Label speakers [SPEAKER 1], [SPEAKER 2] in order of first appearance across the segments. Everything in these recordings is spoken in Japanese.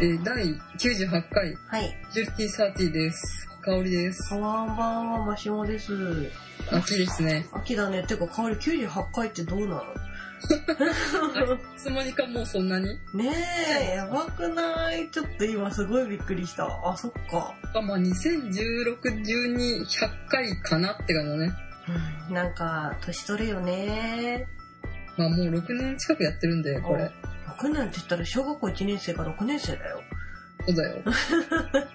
[SPEAKER 1] えー第98回、
[SPEAKER 2] はい。
[SPEAKER 1] ジュルティサーティです。香りです
[SPEAKER 2] こ。んばんは、マシモです。
[SPEAKER 1] 秋ですね。
[SPEAKER 2] 秋だね。てか、香り98回ってどう なの
[SPEAKER 1] いつまにかもうそんなに
[SPEAKER 2] ねえ、やばくないちょっと今すごいびっくりした。あ、そっか。
[SPEAKER 1] あまあ、2016、12、100回かなって感じだね。
[SPEAKER 2] うんなんか、年取るよね。
[SPEAKER 1] まあもう6年近くやってるんで、これ。
[SPEAKER 2] 6年って言ったら小学校1年生か6年生だよ。
[SPEAKER 1] そうだよ。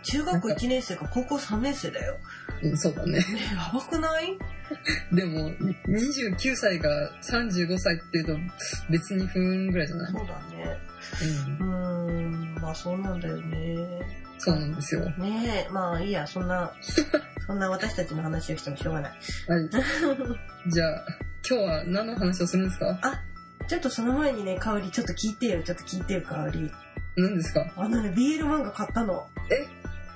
[SPEAKER 2] 中学校1年生か高校3年生だよ。
[SPEAKER 1] うん、そうだね。
[SPEAKER 2] ねえ、やばくない
[SPEAKER 1] でも、29歳が35歳っていうと、別に不運ぐらいじゃない
[SPEAKER 2] そうだね。
[SPEAKER 1] うん
[SPEAKER 2] う。ーん、まあそうなんだよね。
[SPEAKER 1] そうなんですよ。は
[SPEAKER 2] ねえ、まあいいや、そんな、そんな私たちの話をしてもしょうがない。
[SPEAKER 1] い。じゃあ、今日は何の話をするんですか
[SPEAKER 2] ちょっとその前にね、香り、ちょっと聞いてよ、ちょっと聞いてよ、香り。
[SPEAKER 1] 何ですか
[SPEAKER 2] あのね、BL 漫画買ったの。え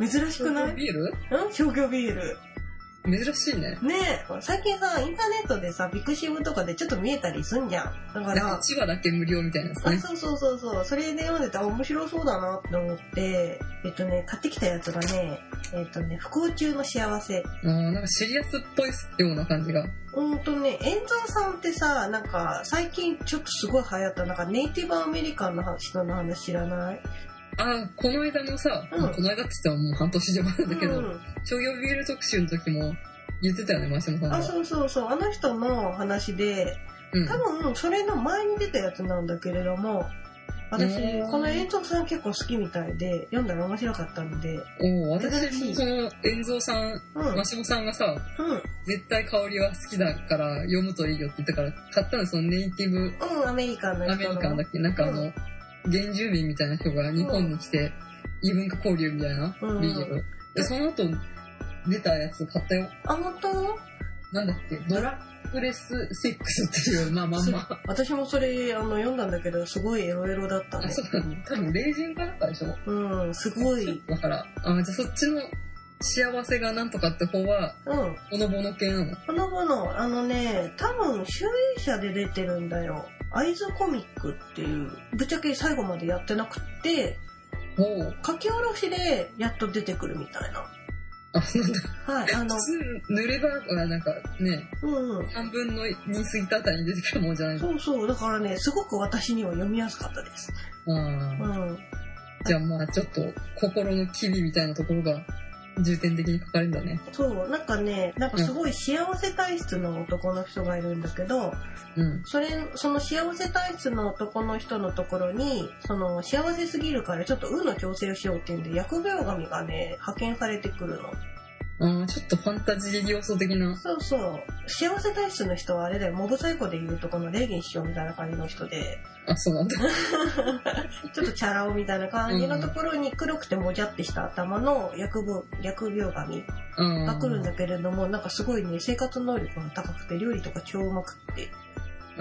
[SPEAKER 2] 珍しくない
[SPEAKER 1] ビール
[SPEAKER 2] うん商業 BL。
[SPEAKER 1] 珍しいね。
[SPEAKER 2] ねえ、最近さ、インターネットでさ、ビクシブとかでちょっと見えたりすんじゃん。だか
[SPEAKER 1] なん
[SPEAKER 2] ら
[SPEAKER 1] か、1話だけ無料みたいなやつ
[SPEAKER 2] あ、
[SPEAKER 1] ね。
[SPEAKER 2] そうそうそうそう。それで読んでたら面白そうだなって思って、えっとね、買ってきたやつがね、えっとね、不幸中の幸せ。
[SPEAKER 1] あーなんかシリアスっぽいような感じが。
[SPEAKER 2] うんとね、円蔵さんってさ、なんか、最近ちょっとすごい流行った、なんかネイティブアメリカンの人の話知らない
[SPEAKER 1] あーこの間のさ、
[SPEAKER 2] うん
[SPEAKER 1] この間って言ってももう半年以上前だけど、
[SPEAKER 2] うん
[SPEAKER 1] 商業ビール特集の時も言ってたよね、マシモさんが。
[SPEAKER 2] あ、そうそうそう。あの人の話で、
[SPEAKER 1] うん
[SPEAKER 2] 多分、それの前に出たやつなんだけれども、私
[SPEAKER 1] へー、
[SPEAKER 2] この遠藤さん結構好きみたいで、読んだら面白かったので、
[SPEAKER 1] おお私
[SPEAKER 2] 珍し
[SPEAKER 1] も
[SPEAKER 2] い
[SPEAKER 1] その遠蔵さん、
[SPEAKER 2] うん、うん
[SPEAKER 1] マ、シモさんがさ、絶対香りは好きだから読むといいよって言ったから、買ったのそのネイティブ
[SPEAKER 2] うん、アメリカンの
[SPEAKER 1] アメ
[SPEAKER 2] 人
[SPEAKER 1] リ
[SPEAKER 2] の。
[SPEAKER 1] カンだっけなんかあの、原住民みたいな人が日本に来て、異文化交流みたいな、
[SPEAKER 2] うん
[SPEAKER 1] ビール。で、その後、出たやつ買ったよ。
[SPEAKER 2] あ、本当
[SPEAKER 1] なんだっけドラッグレスセックスっていう、まあまあまあ。
[SPEAKER 2] 私もそれ、あの、読んだんだけど、すごいエロエロだった
[SPEAKER 1] あ、
[SPEAKER 2] ね。
[SPEAKER 1] そうだね。多分、霊人かなんかでしょ
[SPEAKER 2] うん、すごい。
[SPEAKER 1] だから、あ、じゃあそっちの幸せがなんとかって方は、
[SPEAKER 2] うん。
[SPEAKER 1] ほのぼの系なの。
[SPEAKER 2] このもの、あのね、多分、集英社で出てるんだよ。アイズコミックっていう、ぶっちゃけ最後までやってなくって、
[SPEAKER 1] ほう。
[SPEAKER 2] 書き下ろしでやっと出てくるみたいな。
[SPEAKER 1] あ、なんだ。
[SPEAKER 2] はい、あの
[SPEAKER 1] 普、通、濡れば、あなんかね、
[SPEAKER 2] うんうん。
[SPEAKER 1] 3分の2過ぎたあたりに出てくるもんじゃないの。
[SPEAKER 2] そうそう、だからね、すごく私には読みやすかったです。
[SPEAKER 1] あ
[SPEAKER 2] う
[SPEAKER 1] ー
[SPEAKER 2] ん。
[SPEAKER 1] じゃあまあ、ちょっと、心の機微みたいなところが、重点的に書かれるんだね。
[SPEAKER 2] そう、なんかね、なんかすごい幸せ体質の男の人がいるんだけど、
[SPEAKER 1] うん。
[SPEAKER 2] それ、その幸せ体質の男の人のところに、その幸せすぎるからちょっと運の調整をしようっていうんで、薬病神がね、派遣されてくるの。
[SPEAKER 1] ああ、ちょっとファンタジー要素的な。
[SPEAKER 2] そうそう。幸せ体質の人はあれだよ、モブサイコで言うとこの霊現師匠みたいな感じの人で、
[SPEAKER 1] あ、そうなんだ。
[SPEAKER 2] ちょっとチャラ男みたいな感じのところに黒くてもじゃってした頭の薬病薬病神
[SPEAKER 1] うん。
[SPEAKER 2] が来るんだけれども、なんかすごいね、生活能力が高くて料理とか超うまくって。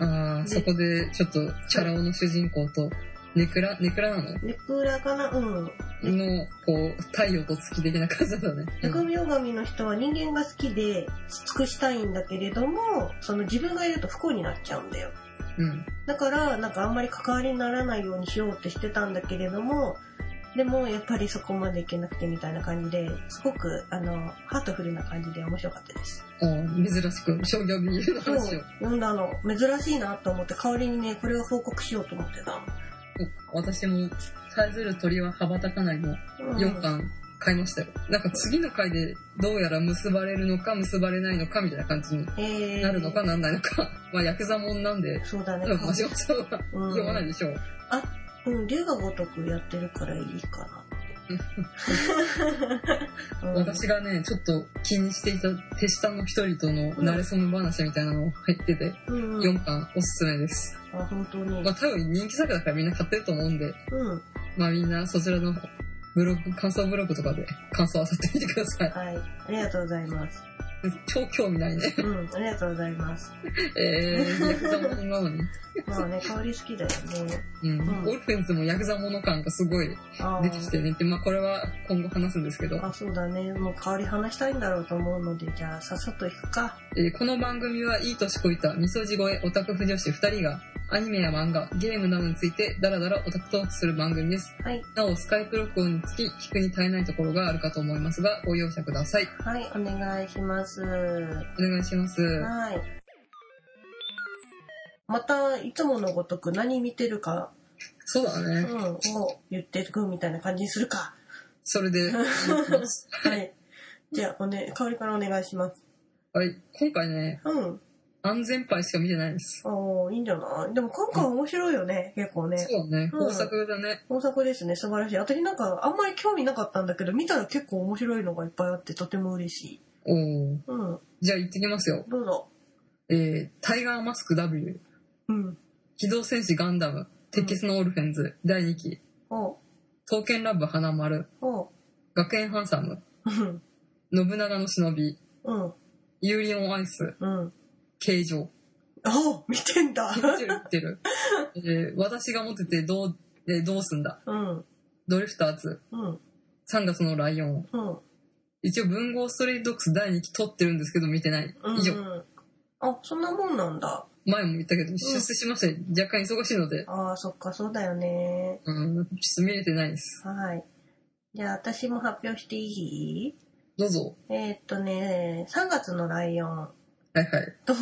[SPEAKER 1] ああ、そこで、ちょっと、チャラ男の主人公と、ネクラ、ネクラなの
[SPEAKER 2] ネクラかなうん。
[SPEAKER 1] の、こう、太陽と月的な感じなんだね。
[SPEAKER 2] 薬病神の人は人間が好きで尽くしたいんだけれども、その自分がいると不幸になっちゃうんだよ。
[SPEAKER 1] うん。
[SPEAKER 2] だから、なんかあんまり関わりにならないようにしようってしてたんだけれども、でもやっぱりそこまでいけなくてみたいな感じで、すごく、あの、ハートフルな感じで面白かったです。
[SPEAKER 1] うん、珍しく、商業ビールの
[SPEAKER 2] そう
[SPEAKER 1] 話を。
[SPEAKER 2] 読んだの珍しいなと思って代わりにねこれを報告しようと思ってた
[SPEAKER 1] 私も、さえずる鳥は羽ばたかないの
[SPEAKER 2] の、うん、
[SPEAKER 1] 4巻買いましたよ。なんか次の回で、どうやら結ばれるのか結ばれないのかみたいな感じに
[SPEAKER 2] えー、
[SPEAKER 1] なるのかなんないのか。まあ、ヤクザもんなんで、
[SPEAKER 2] そうだね
[SPEAKER 1] 多分、マシオさんは
[SPEAKER 2] うん
[SPEAKER 1] 読まないでしょう。
[SPEAKER 2] うん龍が如くやってるからいいかなって、うん、
[SPEAKER 1] 私がね、ちょっと気にしていた手下の一人との慣れそめ話みたいなのが入ってて、
[SPEAKER 2] うんうん
[SPEAKER 1] 4巻おすすめです。
[SPEAKER 2] あ本当に、
[SPEAKER 1] まあ、多分人気作だからみんな買ってると思うんで、
[SPEAKER 2] うん
[SPEAKER 1] まあみんなそちらのブログ、感想ブログとかで感想をあさってみてください。
[SPEAKER 2] はいありがとうございます
[SPEAKER 1] 超興味ないね。
[SPEAKER 2] うん、ありがとうございます。
[SPEAKER 1] えー、 ヤクザものなのに。
[SPEAKER 2] まあね、香り好きだよね。
[SPEAKER 1] うん。
[SPEAKER 2] うん
[SPEAKER 1] オルフェンズもヤクザもの感がすごい
[SPEAKER 2] あ
[SPEAKER 1] 出てき
[SPEAKER 2] ー
[SPEAKER 1] てね。で、まあこれは今後話すんですけど、
[SPEAKER 2] あ、そうだね。もう香り話したいんだろうと思うので、じゃあ、さっさと行くか。
[SPEAKER 1] えーこの番組はいい年こいたみそじ越えオタク婦女子2人がアニメや漫画、ゲームなどについてダラダラオタクトークする番組です。
[SPEAKER 2] はい、
[SPEAKER 1] なお、スカイプ録音につき聞くに足りないところがあるかと思いますが、ご容赦ください。
[SPEAKER 2] はい、お願いします。
[SPEAKER 1] お願いします。
[SPEAKER 2] はい。また、いつものごとく何見てるか、
[SPEAKER 1] そうだ
[SPEAKER 2] う
[SPEAKER 1] ね。
[SPEAKER 2] ん、を言ってくみたいな感じにするか。
[SPEAKER 1] それ で、
[SPEAKER 2] はい。じゃあ、おね、香りからお願いします。
[SPEAKER 1] はい、今回ね、
[SPEAKER 2] うん。
[SPEAKER 1] 安全牌しか見てないです。
[SPEAKER 2] おーいいんじゃないでも今回面白いよね、結構ね。
[SPEAKER 1] そうだね、
[SPEAKER 2] うん
[SPEAKER 1] 豊作だね。
[SPEAKER 2] 大阪ですね、素晴らしい。私なんかあんまり興味なかったんだけど、見たら結構面白いのがいっぱいあってとても嬉しい。
[SPEAKER 1] おおー。
[SPEAKER 2] うん、
[SPEAKER 1] じゃあ行ってきますよ。
[SPEAKER 2] どうぞ。
[SPEAKER 1] えー、タイガーマスク W、
[SPEAKER 2] うん。
[SPEAKER 1] 機動戦士ガンダム、鉄血のオルフェンズ、第2期、
[SPEAKER 2] おう、
[SPEAKER 1] 刀剣ラブ花丸、
[SPEAKER 2] おう、
[SPEAKER 1] 学園ハンサム、
[SPEAKER 2] うん、
[SPEAKER 1] 信長の忍び、
[SPEAKER 2] うん、
[SPEAKER 1] ユーリオンアイス、
[SPEAKER 2] うん。
[SPEAKER 1] 形状。
[SPEAKER 2] お見てんだ
[SPEAKER 1] 言ってる言って る。えー私がモテてどう、えーどうすんだ。
[SPEAKER 2] うん、
[SPEAKER 1] ドリフターズ、
[SPEAKER 2] うん、
[SPEAKER 1] 3月のライオン。
[SPEAKER 2] うん。
[SPEAKER 1] 一応文豪ストレイドックス第2期撮ってるんですけど見てない。
[SPEAKER 2] うん
[SPEAKER 1] 以上。
[SPEAKER 2] あ、そんなもんなんだ。
[SPEAKER 1] 前も言ったけど、出世しまして若干忙しいので、
[SPEAKER 2] ああ、そっか、そうだよね。
[SPEAKER 1] うん、ちょっと見れてないです。
[SPEAKER 2] はい。じゃあ、私も発表していい
[SPEAKER 1] どうぞ。
[SPEAKER 2] えー、っとね、3月のライオン
[SPEAKER 1] はいはい。
[SPEAKER 2] と、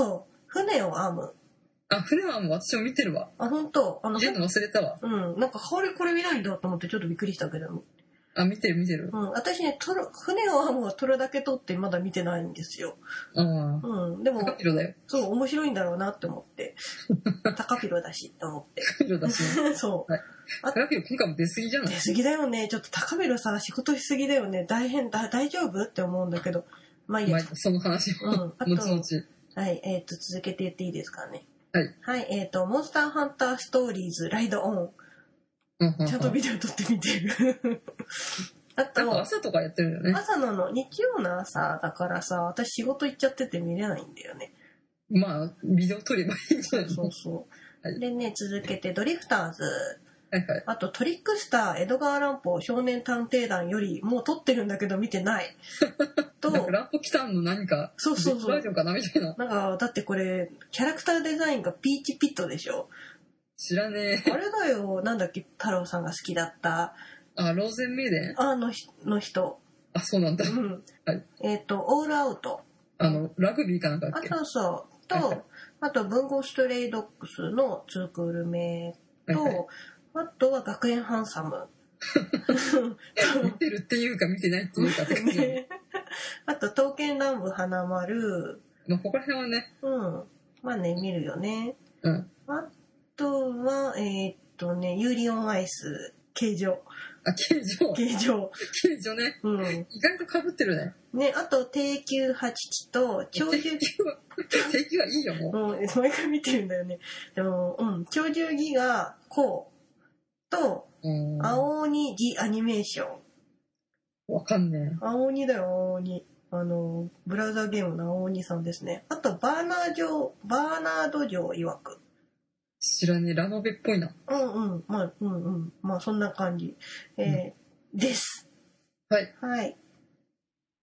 [SPEAKER 2] 船を編む。
[SPEAKER 1] あ、船はもう私も見てるわ。
[SPEAKER 2] あ、ほんと、あの、
[SPEAKER 1] 見るの忘れたわ。
[SPEAKER 2] うん、なんか香りこれ見ないんだと思ってちょっとびっくりしたけども。
[SPEAKER 1] あ、見てる見てる
[SPEAKER 2] う。ん、私ね、トロ、船を編むはトロだけ撮ってまだ見てないんですよ。
[SPEAKER 1] ああ。
[SPEAKER 2] うん、で
[SPEAKER 1] タカ
[SPEAKER 2] も、
[SPEAKER 1] ピロだよ。
[SPEAKER 2] そう、面白いんだろうなって思 って。高ピロだし、と思って。
[SPEAKER 1] タカピロだし、 ね。
[SPEAKER 2] そう。
[SPEAKER 1] タカピロ今回も出過ぎじゃない
[SPEAKER 2] 出過ぎだよね。ちょっと高ピロさ、仕事しすぎだよね。大変だ、大丈夫って思うんだけど。まあいい
[SPEAKER 1] ま
[SPEAKER 2] や
[SPEAKER 1] あ、。その話
[SPEAKER 2] う
[SPEAKER 1] を。
[SPEAKER 2] ん、あ
[SPEAKER 1] 後々
[SPEAKER 2] と、。はい、えっ、と、続けて言っていいですかね。
[SPEAKER 1] はい。
[SPEAKER 2] はい、えっ、と、モンスターハンターストーリーズ、ライドオン。
[SPEAKER 1] うんうんうん
[SPEAKER 2] ちゃんとビデオ撮ってみて る。
[SPEAKER 1] な
[SPEAKER 2] あ
[SPEAKER 1] んか
[SPEAKER 2] と、
[SPEAKER 1] 朝とかやってるんだよね。
[SPEAKER 2] 朝なの、日曜の朝だからさ、私仕事行っちゃってて見れないんだよね。
[SPEAKER 1] まあ、ビデオ撮ればいいんじゃないの
[SPEAKER 2] そうそう。
[SPEAKER 1] はい
[SPEAKER 2] でね、続けて、ドリフターズ、
[SPEAKER 1] はいはい。
[SPEAKER 2] あとトリックスター、江戸川乱歩、少年探偵団より、もう撮ってるんだけど見て ない。と、
[SPEAKER 1] なんかラッポキタンの何か、
[SPEAKER 2] そうそう
[SPEAKER 1] 別
[SPEAKER 2] そ
[SPEAKER 1] バー
[SPEAKER 2] う
[SPEAKER 1] ジ。ョンかなみたいな。
[SPEAKER 2] なんか、だってこれ、キャラクターデザインがピーチピットで しょ。
[SPEAKER 1] 知らねえ。
[SPEAKER 2] あれだよ、なんだっけ、太郎さんが好きだった、
[SPEAKER 1] あ、ローゼンメイデン
[SPEAKER 2] あのひの人。
[SPEAKER 1] あ、そうなんだ
[SPEAKER 2] う。ん。
[SPEAKER 1] はい
[SPEAKER 2] えっ、と、オールアウト。
[SPEAKER 1] あの、ラグビーかなんかだ
[SPEAKER 2] あ
[SPEAKER 1] っ、け
[SPEAKER 2] そうそう。
[SPEAKER 1] はいはい
[SPEAKER 2] と、あと、文豪ストレイドックスのツークール名と、
[SPEAKER 1] はいはい
[SPEAKER 2] あとは学園ハンサム。
[SPEAKER 1] 見てるっていうか見てないっていう かって感じなの
[SPEAKER 2] ねあと、刀剣乱舞花丸。
[SPEAKER 1] まあ、ここら辺はね、
[SPEAKER 2] うん。まあね、見るよね。
[SPEAKER 1] うん。
[SPEAKER 2] あとは、えーっとね、ユーリオンアイス、形状。
[SPEAKER 1] あ、形状。
[SPEAKER 2] 形状。
[SPEAKER 1] 形状ね。
[SPEAKER 2] うん。
[SPEAKER 1] 意外と被ってる ね。
[SPEAKER 2] ね、あと、低級八吉と、長
[SPEAKER 1] 定
[SPEAKER 2] 寿
[SPEAKER 1] 休は、定休はいいよ、もう。
[SPEAKER 2] もう毎回見てるんだよね。でも、うん、鳥獣ギガ、こう、と、
[SPEAKER 1] うん。
[SPEAKER 2] 青鬼ギアニメーション。
[SPEAKER 1] わかんね
[SPEAKER 2] 青鬼だよ、青鬼。あの、ブラウザーゲームの青鬼さんですね。あと、バーナー城、バーナード城曰く。
[SPEAKER 1] え。知らねえ。ラノベっぽいな。
[SPEAKER 2] うんうん、まあ、うんうん、まあ、そんな感じ。えーです。
[SPEAKER 1] はい。
[SPEAKER 2] はい。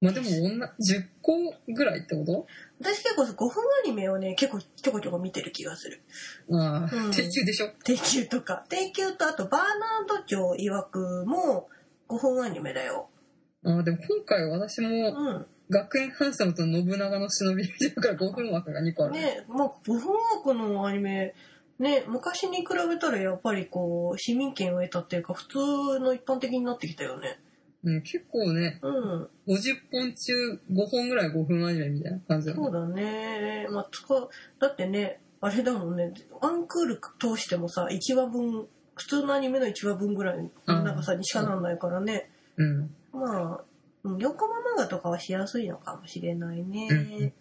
[SPEAKER 1] まあ、でも、女、10個ぐらいってこと
[SPEAKER 2] 私結構5分アニメをね、結構ちょこちょこ見てる気がする。
[SPEAKER 1] あ
[SPEAKER 2] うん
[SPEAKER 1] あ、定休でしょ。
[SPEAKER 2] 定休とか。定休と、あと、バーナード城曰くも5分アニメだよ。
[SPEAKER 1] ああ、でも今回私も、
[SPEAKER 2] うん。
[SPEAKER 1] 学園ハンサムと信長の忍びっていうから5分枠が2個ある。
[SPEAKER 2] ね、まあ、5分枠のアニメ、ね、昔に比べたらやっぱりこう、市民権を得たっていうか、普通の一般的になってきたよね。
[SPEAKER 1] うん、結構ね、
[SPEAKER 2] うん、
[SPEAKER 1] 50本中5本ぐらい5分アニメみたいな感じだ
[SPEAKER 2] そ
[SPEAKER 1] ね
[SPEAKER 2] う。だね。まあ、つか、だってね、あれだもんね、ワンクール通してもさ、1話分、普通のアニメの1話分ぐらいの長さにしかならないからね。
[SPEAKER 1] うん。
[SPEAKER 2] まあ、うん横浜漫画とかはしやすいのかもしれないね。
[SPEAKER 1] うん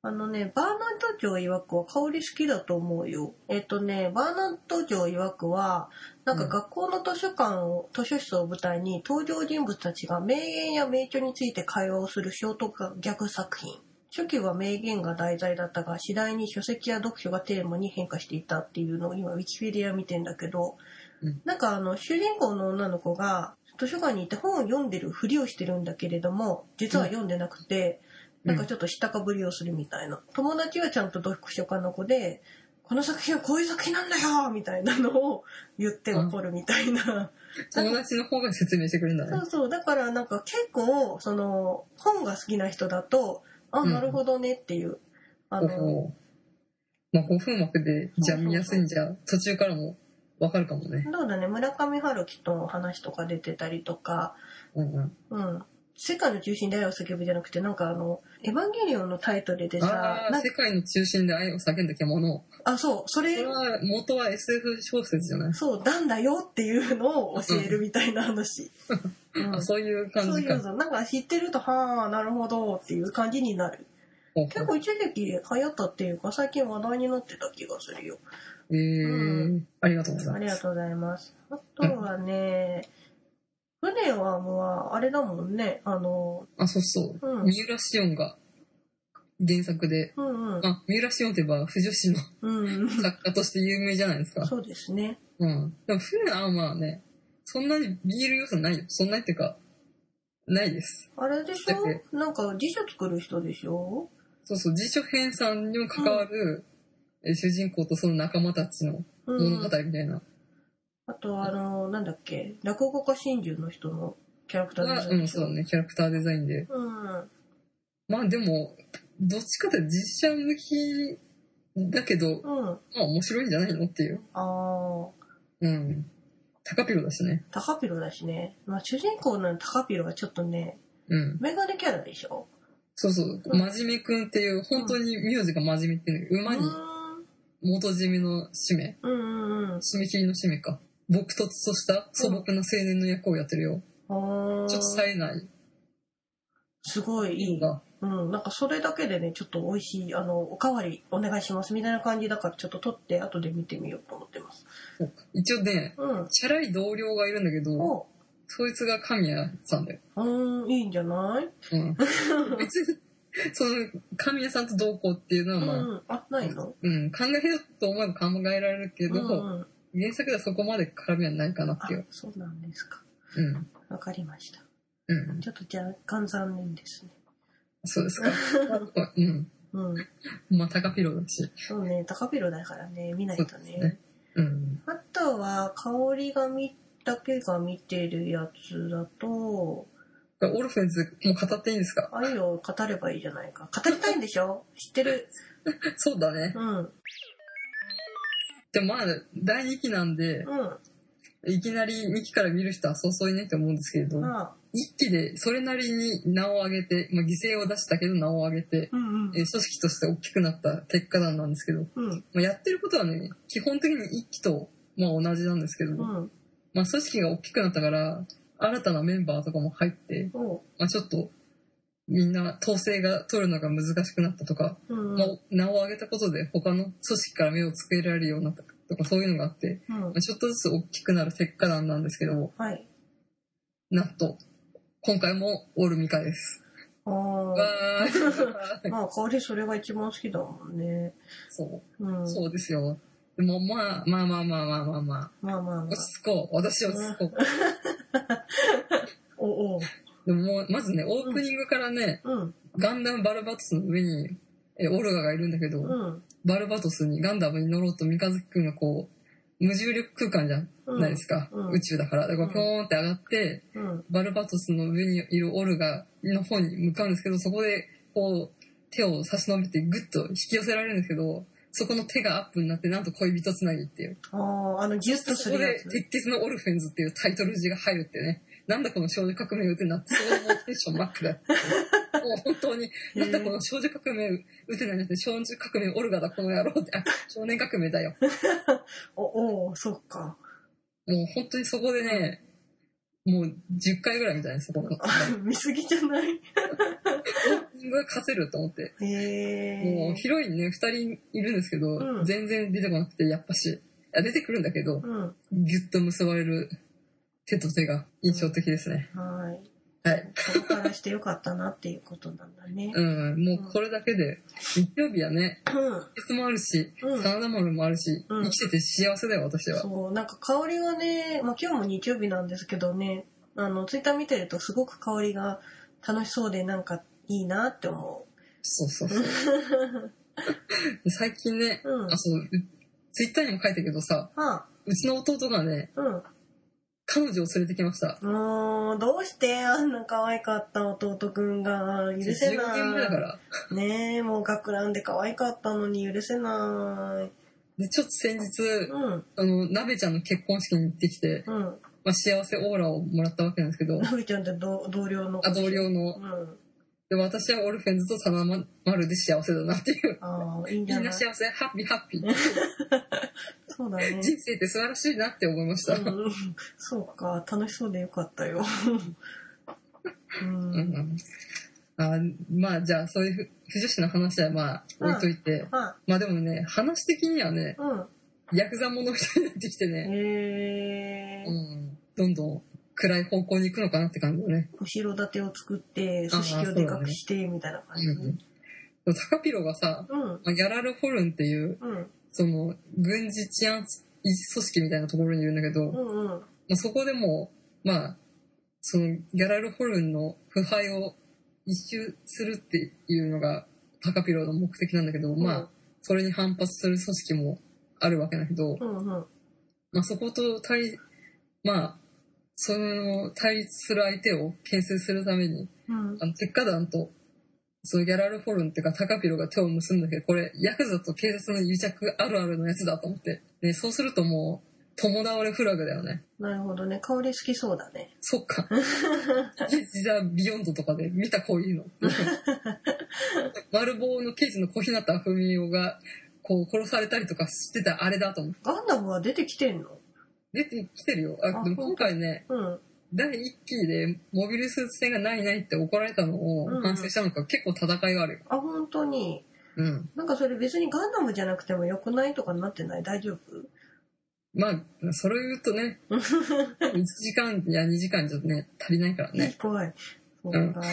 [SPEAKER 2] あのね、バーナント城曰くは香り好きだと思うよ。えっ、とね、バーナント城曰くは、なんか
[SPEAKER 1] うん
[SPEAKER 2] 学校の図書館を、図書室を舞台に登場人物たちが名言や名著について会話をする聖徳逆作品。初期は名言が題材だったが、次第に書籍や読書がテーマに変化していたっていうのを今、ウィキペディア見てんだけど、
[SPEAKER 1] うん
[SPEAKER 2] なんかあの、主人公の女の子が図書館に行って本を読んでるふりをしてるんだけれども、実は読んでなくて、
[SPEAKER 1] うん
[SPEAKER 2] なんかちょっと知ったかぶりをするみたいな。友達はちゃんと読書家の子で、この作品はこういう作品なんだよみたいなのを言って怒るみたいな。
[SPEAKER 1] 友達の方が説明してくれるんだ
[SPEAKER 2] そ
[SPEAKER 1] ね
[SPEAKER 2] うそう。だからなんか結構、その、本が好きな人だと、あ、
[SPEAKER 1] うん
[SPEAKER 2] なるほどねっていう。あ
[SPEAKER 1] ほう
[SPEAKER 2] の、
[SPEAKER 1] ほうまあ5分枠でじゃあ見やすいんじゃ途中からもわかるかもね
[SPEAKER 2] どうだね、村上春樹との話とか出てたりとか、
[SPEAKER 1] うんうん
[SPEAKER 2] うん。世界の中心で愛を叫ぶじゃなくて、なんかあの、エヴァンゲリオンのタイトルでさ
[SPEAKER 1] あ、あ
[SPEAKER 2] なん
[SPEAKER 1] 世界の中心で愛を叫んだ獣
[SPEAKER 2] あ、そう、そ
[SPEAKER 1] こ
[SPEAKER 2] れ
[SPEAKER 1] れ、は元は SF 小説じゃない、
[SPEAKER 2] そう、なんだよっていうのを教えるみたいな話。うん
[SPEAKER 1] あそういう感
[SPEAKER 2] そう
[SPEAKER 1] じ
[SPEAKER 2] い
[SPEAKER 1] か
[SPEAKER 2] うの、なんか知ってると、はあ、なるほどっていう感じになる。
[SPEAKER 1] ほうほう
[SPEAKER 2] 結構一時期流行ったっていうか、最近話題になってた気がするよ。
[SPEAKER 1] えーありがとうござい
[SPEAKER 2] あ
[SPEAKER 1] ます
[SPEAKER 2] りがとうございます。あとはね、船はもう、あれだもんね、あの、
[SPEAKER 1] あそうそう、
[SPEAKER 2] うん
[SPEAKER 1] 三浦紫音が原作で
[SPEAKER 2] うんうん。
[SPEAKER 1] あ三浦紫音といえば腐女子の
[SPEAKER 2] うん、
[SPEAKER 1] 作家として有名じゃないですか
[SPEAKER 2] そうですね。
[SPEAKER 1] うんでも船はまあねそんなにビール要素ないよそんなにっていうかないです
[SPEAKER 2] あれでし
[SPEAKER 1] だって
[SPEAKER 2] ょなんか辞書作る人でしょ
[SPEAKER 1] そうそう辞書編纂にも関わる、え主人公とその仲間たちの
[SPEAKER 2] う
[SPEAKER 1] 物
[SPEAKER 2] ん
[SPEAKER 1] 語。みたいな、
[SPEAKER 2] あと、あの、なんだっけ、落語家真珠の人のキャラクターで
[SPEAKER 1] が
[SPEAKER 2] す
[SPEAKER 1] うん、そうだねキャラクターデザインで
[SPEAKER 2] うん。
[SPEAKER 1] まあでも、どっちかって実写向きだけど、
[SPEAKER 2] うん。あ
[SPEAKER 1] まあ面白いんじゃないのっていう。
[SPEAKER 2] あ、
[SPEAKER 1] うん。高ピロだしね。
[SPEAKER 2] タカピロだしね。まあ、主人公のタカピロはちょっとね、
[SPEAKER 1] うん。
[SPEAKER 2] メガネキャラでしょ
[SPEAKER 1] そうそう。
[SPEAKER 2] うん
[SPEAKER 1] 真面目くんっていう、本当に名字が真面目っていう、馬に元締めの使命、
[SPEAKER 2] うんうんうん。
[SPEAKER 1] 締め切りの使命か。撲突とした素朴な青年の役をやってるよ。
[SPEAKER 2] ああ
[SPEAKER 1] ちょっと冴えない
[SPEAKER 2] すごいいい
[SPEAKER 1] の。が。
[SPEAKER 2] うん、なんかそれだけでね、ちょっと美味しい、あの、おかわりお願いしますみたいな感じだから、ちょっと取って後で見てみようと思ってます。
[SPEAKER 1] そうか一応ね、
[SPEAKER 2] うん。
[SPEAKER 1] チャラい同僚がいるんだけど、
[SPEAKER 2] お、
[SPEAKER 1] そいつが神谷さんだよ。
[SPEAKER 2] うん、いいんじゃない
[SPEAKER 1] うん。 別に、その、神谷さんとどうこうっていうの
[SPEAKER 2] う
[SPEAKER 1] はまあ、
[SPEAKER 2] ん、あ、ないの
[SPEAKER 1] うん、考えようと思えば考えられるけ
[SPEAKER 2] う
[SPEAKER 1] ど、
[SPEAKER 2] ん、うん。
[SPEAKER 1] 原作ではそこまで絡みはないかなっ
[SPEAKER 2] あ
[SPEAKER 1] ていう。、
[SPEAKER 2] そうなんですか。
[SPEAKER 1] うん。
[SPEAKER 2] わかりました。
[SPEAKER 1] うん。
[SPEAKER 2] ちょっと若干残念ですね。
[SPEAKER 1] そうです か。うん。
[SPEAKER 2] うん。
[SPEAKER 1] まあ、高ピロだし。
[SPEAKER 2] そうね、高ビロだからね、見ないと
[SPEAKER 1] そうです
[SPEAKER 2] ね
[SPEAKER 1] ね。うん。
[SPEAKER 2] あとは、香りが見だけが見てるやつだと、
[SPEAKER 1] オルフェンズ、もう語っていいんですか
[SPEAKER 2] 愛を語ればいいじゃないか。語りたいんでしょ知ってる。
[SPEAKER 1] そうだね。
[SPEAKER 2] うん、うん。
[SPEAKER 1] でもまあ、第2期なんで、いきなり2期から見る人はそうそういないと思うんですけれど、
[SPEAKER 2] まあ、
[SPEAKER 1] 1期でそれなりに名を上げて、まあ、犠牲を出したけど名を上げて、
[SPEAKER 2] うんうん
[SPEAKER 1] え。ー組織として大きくなった結果談なんですけど、
[SPEAKER 2] うん。
[SPEAKER 1] まあ、やってることはね、基本的に1期と、まあ、同じなんですけど、
[SPEAKER 2] うん。
[SPEAKER 1] まあ、組織が大きくなったから、新たなメンバーとかも入って、
[SPEAKER 2] お
[SPEAKER 1] まあ、ちょっと、みんな統制が取るのが難しくなったとか、
[SPEAKER 2] う。うん。
[SPEAKER 1] まあ、名を上げたことで他の組織から目をつけられるようになったとか、そういうのがあって、
[SPEAKER 2] うん
[SPEAKER 1] まあ、。ちょっとずつ大きくなる結果談なんですけども、
[SPEAKER 2] はい。
[SPEAKER 1] なんと、今回もオルミカです。
[SPEAKER 2] ああ。
[SPEAKER 1] わーい
[SPEAKER 2] まあ、香りそれが一番好きだもんね。
[SPEAKER 1] そうう、
[SPEAKER 2] ん。
[SPEAKER 1] そうですよ。でも、まあ、まあまあまあまあまあまあ、
[SPEAKER 2] まあまあまあ
[SPEAKER 1] 落。ち着こう。私落ち着こう。
[SPEAKER 2] おお。
[SPEAKER 1] でももう、まずね、オープニングからね、
[SPEAKER 2] うん。
[SPEAKER 1] ガンダムバルバトスの上に、え、オルガがいるんだけど、
[SPEAKER 2] うん。
[SPEAKER 1] バルバトスにガンダムに乗ろうと三日月くんがこう、無重力空間じゃ
[SPEAKER 2] うん
[SPEAKER 1] ないですか。
[SPEAKER 2] うん
[SPEAKER 1] 宇宙だから。だからピョーンって上がって、
[SPEAKER 2] うん。
[SPEAKER 1] バルバトスの上にいるオルガの方に向かうんですけど、そこでこう、手を差し伸べてグッと引き寄せられるんですけど、そこの手がアップになって、なんと恋人つなぎっていう。
[SPEAKER 2] ああ、あの、ギュッとす
[SPEAKER 1] そこ
[SPEAKER 2] るや
[SPEAKER 1] で
[SPEAKER 2] つ、。
[SPEAKER 1] 鉄血のオルフェンズっていうタイトル字が入るってね。なんだこの少女革命打てなって、そこでもうテンションマックだ。もう本当に、
[SPEAKER 2] へー
[SPEAKER 1] なんだこの少女革命打てないなんて、少女革命オルガだ、この野郎って、あ、少年革命だよ。
[SPEAKER 2] おお、そっか。
[SPEAKER 1] もう本当にそこでね、もう10回ぐらいみたいな、そこの。オー
[SPEAKER 2] あ見すぎじゃない
[SPEAKER 1] プニングが勝てると思って。も
[SPEAKER 2] へ
[SPEAKER 1] う
[SPEAKER 2] え。
[SPEAKER 1] ヒロインね、2人いるんですけど、
[SPEAKER 2] うん
[SPEAKER 1] 全然出てこなくて、やっぱし。いや出てくるんだけど、
[SPEAKER 2] うん。
[SPEAKER 1] ぎゅっと結ばれる手と手が印象的ですね。
[SPEAKER 2] はい。
[SPEAKER 1] はい。
[SPEAKER 2] ここからしてよかったなっていうことなんだね。
[SPEAKER 1] うん、もうこれだけで、日曜日はね、
[SPEAKER 2] うん。
[SPEAKER 1] 季節もあるし、
[SPEAKER 2] うん
[SPEAKER 1] 真田丸もあるし、
[SPEAKER 2] うん
[SPEAKER 1] 生きてて幸せだよ、私は。
[SPEAKER 2] そう、なんか香りがね、まあ今日も日曜日なんですけどね、あの、ツイッター見てるとすごく香りが楽しそうでなんかいいなって思
[SPEAKER 1] そうそうそう。 最近ね、
[SPEAKER 2] う。うん。
[SPEAKER 1] あ、そう、うツイッターにも書いたけどさ、
[SPEAKER 2] あ、
[SPEAKER 1] うちの弟がね、
[SPEAKER 2] うん。
[SPEAKER 1] 彼女を連れてきました。
[SPEAKER 2] もう、どうしてあんな可愛かった弟くんが許せ
[SPEAKER 1] 15年前だか
[SPEAKER 2] な
[SPEAKER 1] ら。
[SPEAKER 2] い。ねえ、もう学ランで可愛かったのに許せな
[SPEAKER 1] で、ちょっと先
[SPEAKER 2] い。
[SPEAKER 1] 日、
[SPEAKER 2] うん、
[SPEAKER 1] あの、なべちゃんの結婚式に行ってきて、
[SPEAKER 2] うん。
[SPEAKER 1] まあ、幸せオーラをもらったわけなんですけど、
[SPEAKER 2] なびちゃんって同同僚の。
[SPEAKER 1] あ同。僚
[SPEAKER 2] う
[SPEAKER 1] の、
[SPEAKER 2] ん。
[SPEAKER 1] で私はオルフェンズとサナマルで幸せだなっていう。
[SPEAKER 2] ああ、いいんじ
[SPEAKER 1] み
[SPEAKER 2] ゃ
[SPEAKER 1] ん
[SPEAKER 2] な
[SPEAKER 1] ない幸せ、ハッピーハッピー。
[SPEAKER 2] そうだね。
[SPEAKER 1] 人生って素晴らしいなって思いました。うん
[SPEAKER 2] うんそうか、楽しそうでよかったよ。う。
[SPEAKER 1] うんんあまあじゃあそういうふ不女子の話はまあ置いといて、
[SPEAKER 2] ま
[SPEAKER 1] まあでもね話的にはね
[SPEAKER 2] あ、うん。
[SPEAKER 1] ヤクザものみたいになってきてね、
[SPEAKER 2] え
[SPEAKER 1] う
[SPEAKER 2] ー、
[SPEAKER 1] ん、どんどん暗い方向に行くのかなって感じだね。
[SPEAKER 2] 後ろ盾を作って、組織をでかくして、みたいな感じ。
[SPEAKER 1] うんうん、でもタカピロがさ、
[SPEAKER 2] うん。
[SPEAKER 1] まあギャラルホルンっていう
[SPEAKER 2] うん。
[SPEAKER 1] その軍事治安維持組織みたいなところにいるんだけど、
[SPEAKER 2] う
[SPEAKER 1] ま
[SPEAKER 2] ん。うん。
[SPEAKER 1] あ、そこでもうまあそのギャラルホルンの腐敗を一周するっていうのがタカピロの目的なんだけど、まあそれに反発する組織もあるわけだけど、
[SPEAKER 2] うんうん。
[SPEAKER 1] まあ、そこと対まあその対立する相手を牽制するために
[SPEAKER 2] うん。
[SPEAKER 1] あの鉄火団とそのギャラルフォルンっていうかタカピロが手を結んだけどこれヤクザと警察の癒着あるあるのやつだと思ってでそうするともう共倒れフラグだよね
[SPEAKER 2] なるほどね。香り好きそうだね。
[SPEAKER 1] そっか ジザ・ビヨンドとかで見たこういうの 丸棒の刑事の小日向文雄がこう殺されたりとかしてたあれだと思って
[SPEAKER 2] ガンダムは出てきてんの
[SPEAKER 1] 出てきてるよあ
[SPEAKER 2] あ
[SPEAKER 1] でも今回ね
[SPEAKER 2] うん。
[SPEAKER 1] 第1期でモビルスーツ戦がないないって怒られたのを
[SPEAKER 2] うんうん
[SPEAKER 1] 反省したのか、結構戦いがあるよ。
[SPEAKER 2] あ、本当に。
[SPEAKER 1] うん。
[SPEAKER 2] なんかそれ別にガンダムじゃなくても良くないとかなってない大丈夫
[SPEAKER 1] まあ、それを言うと ね、1時間や2時間じゃね、足りないからね。
[SPEAKER 2] 怖い。そう
[SPEAKER 1] うん
[SPEAKER 2] か。そ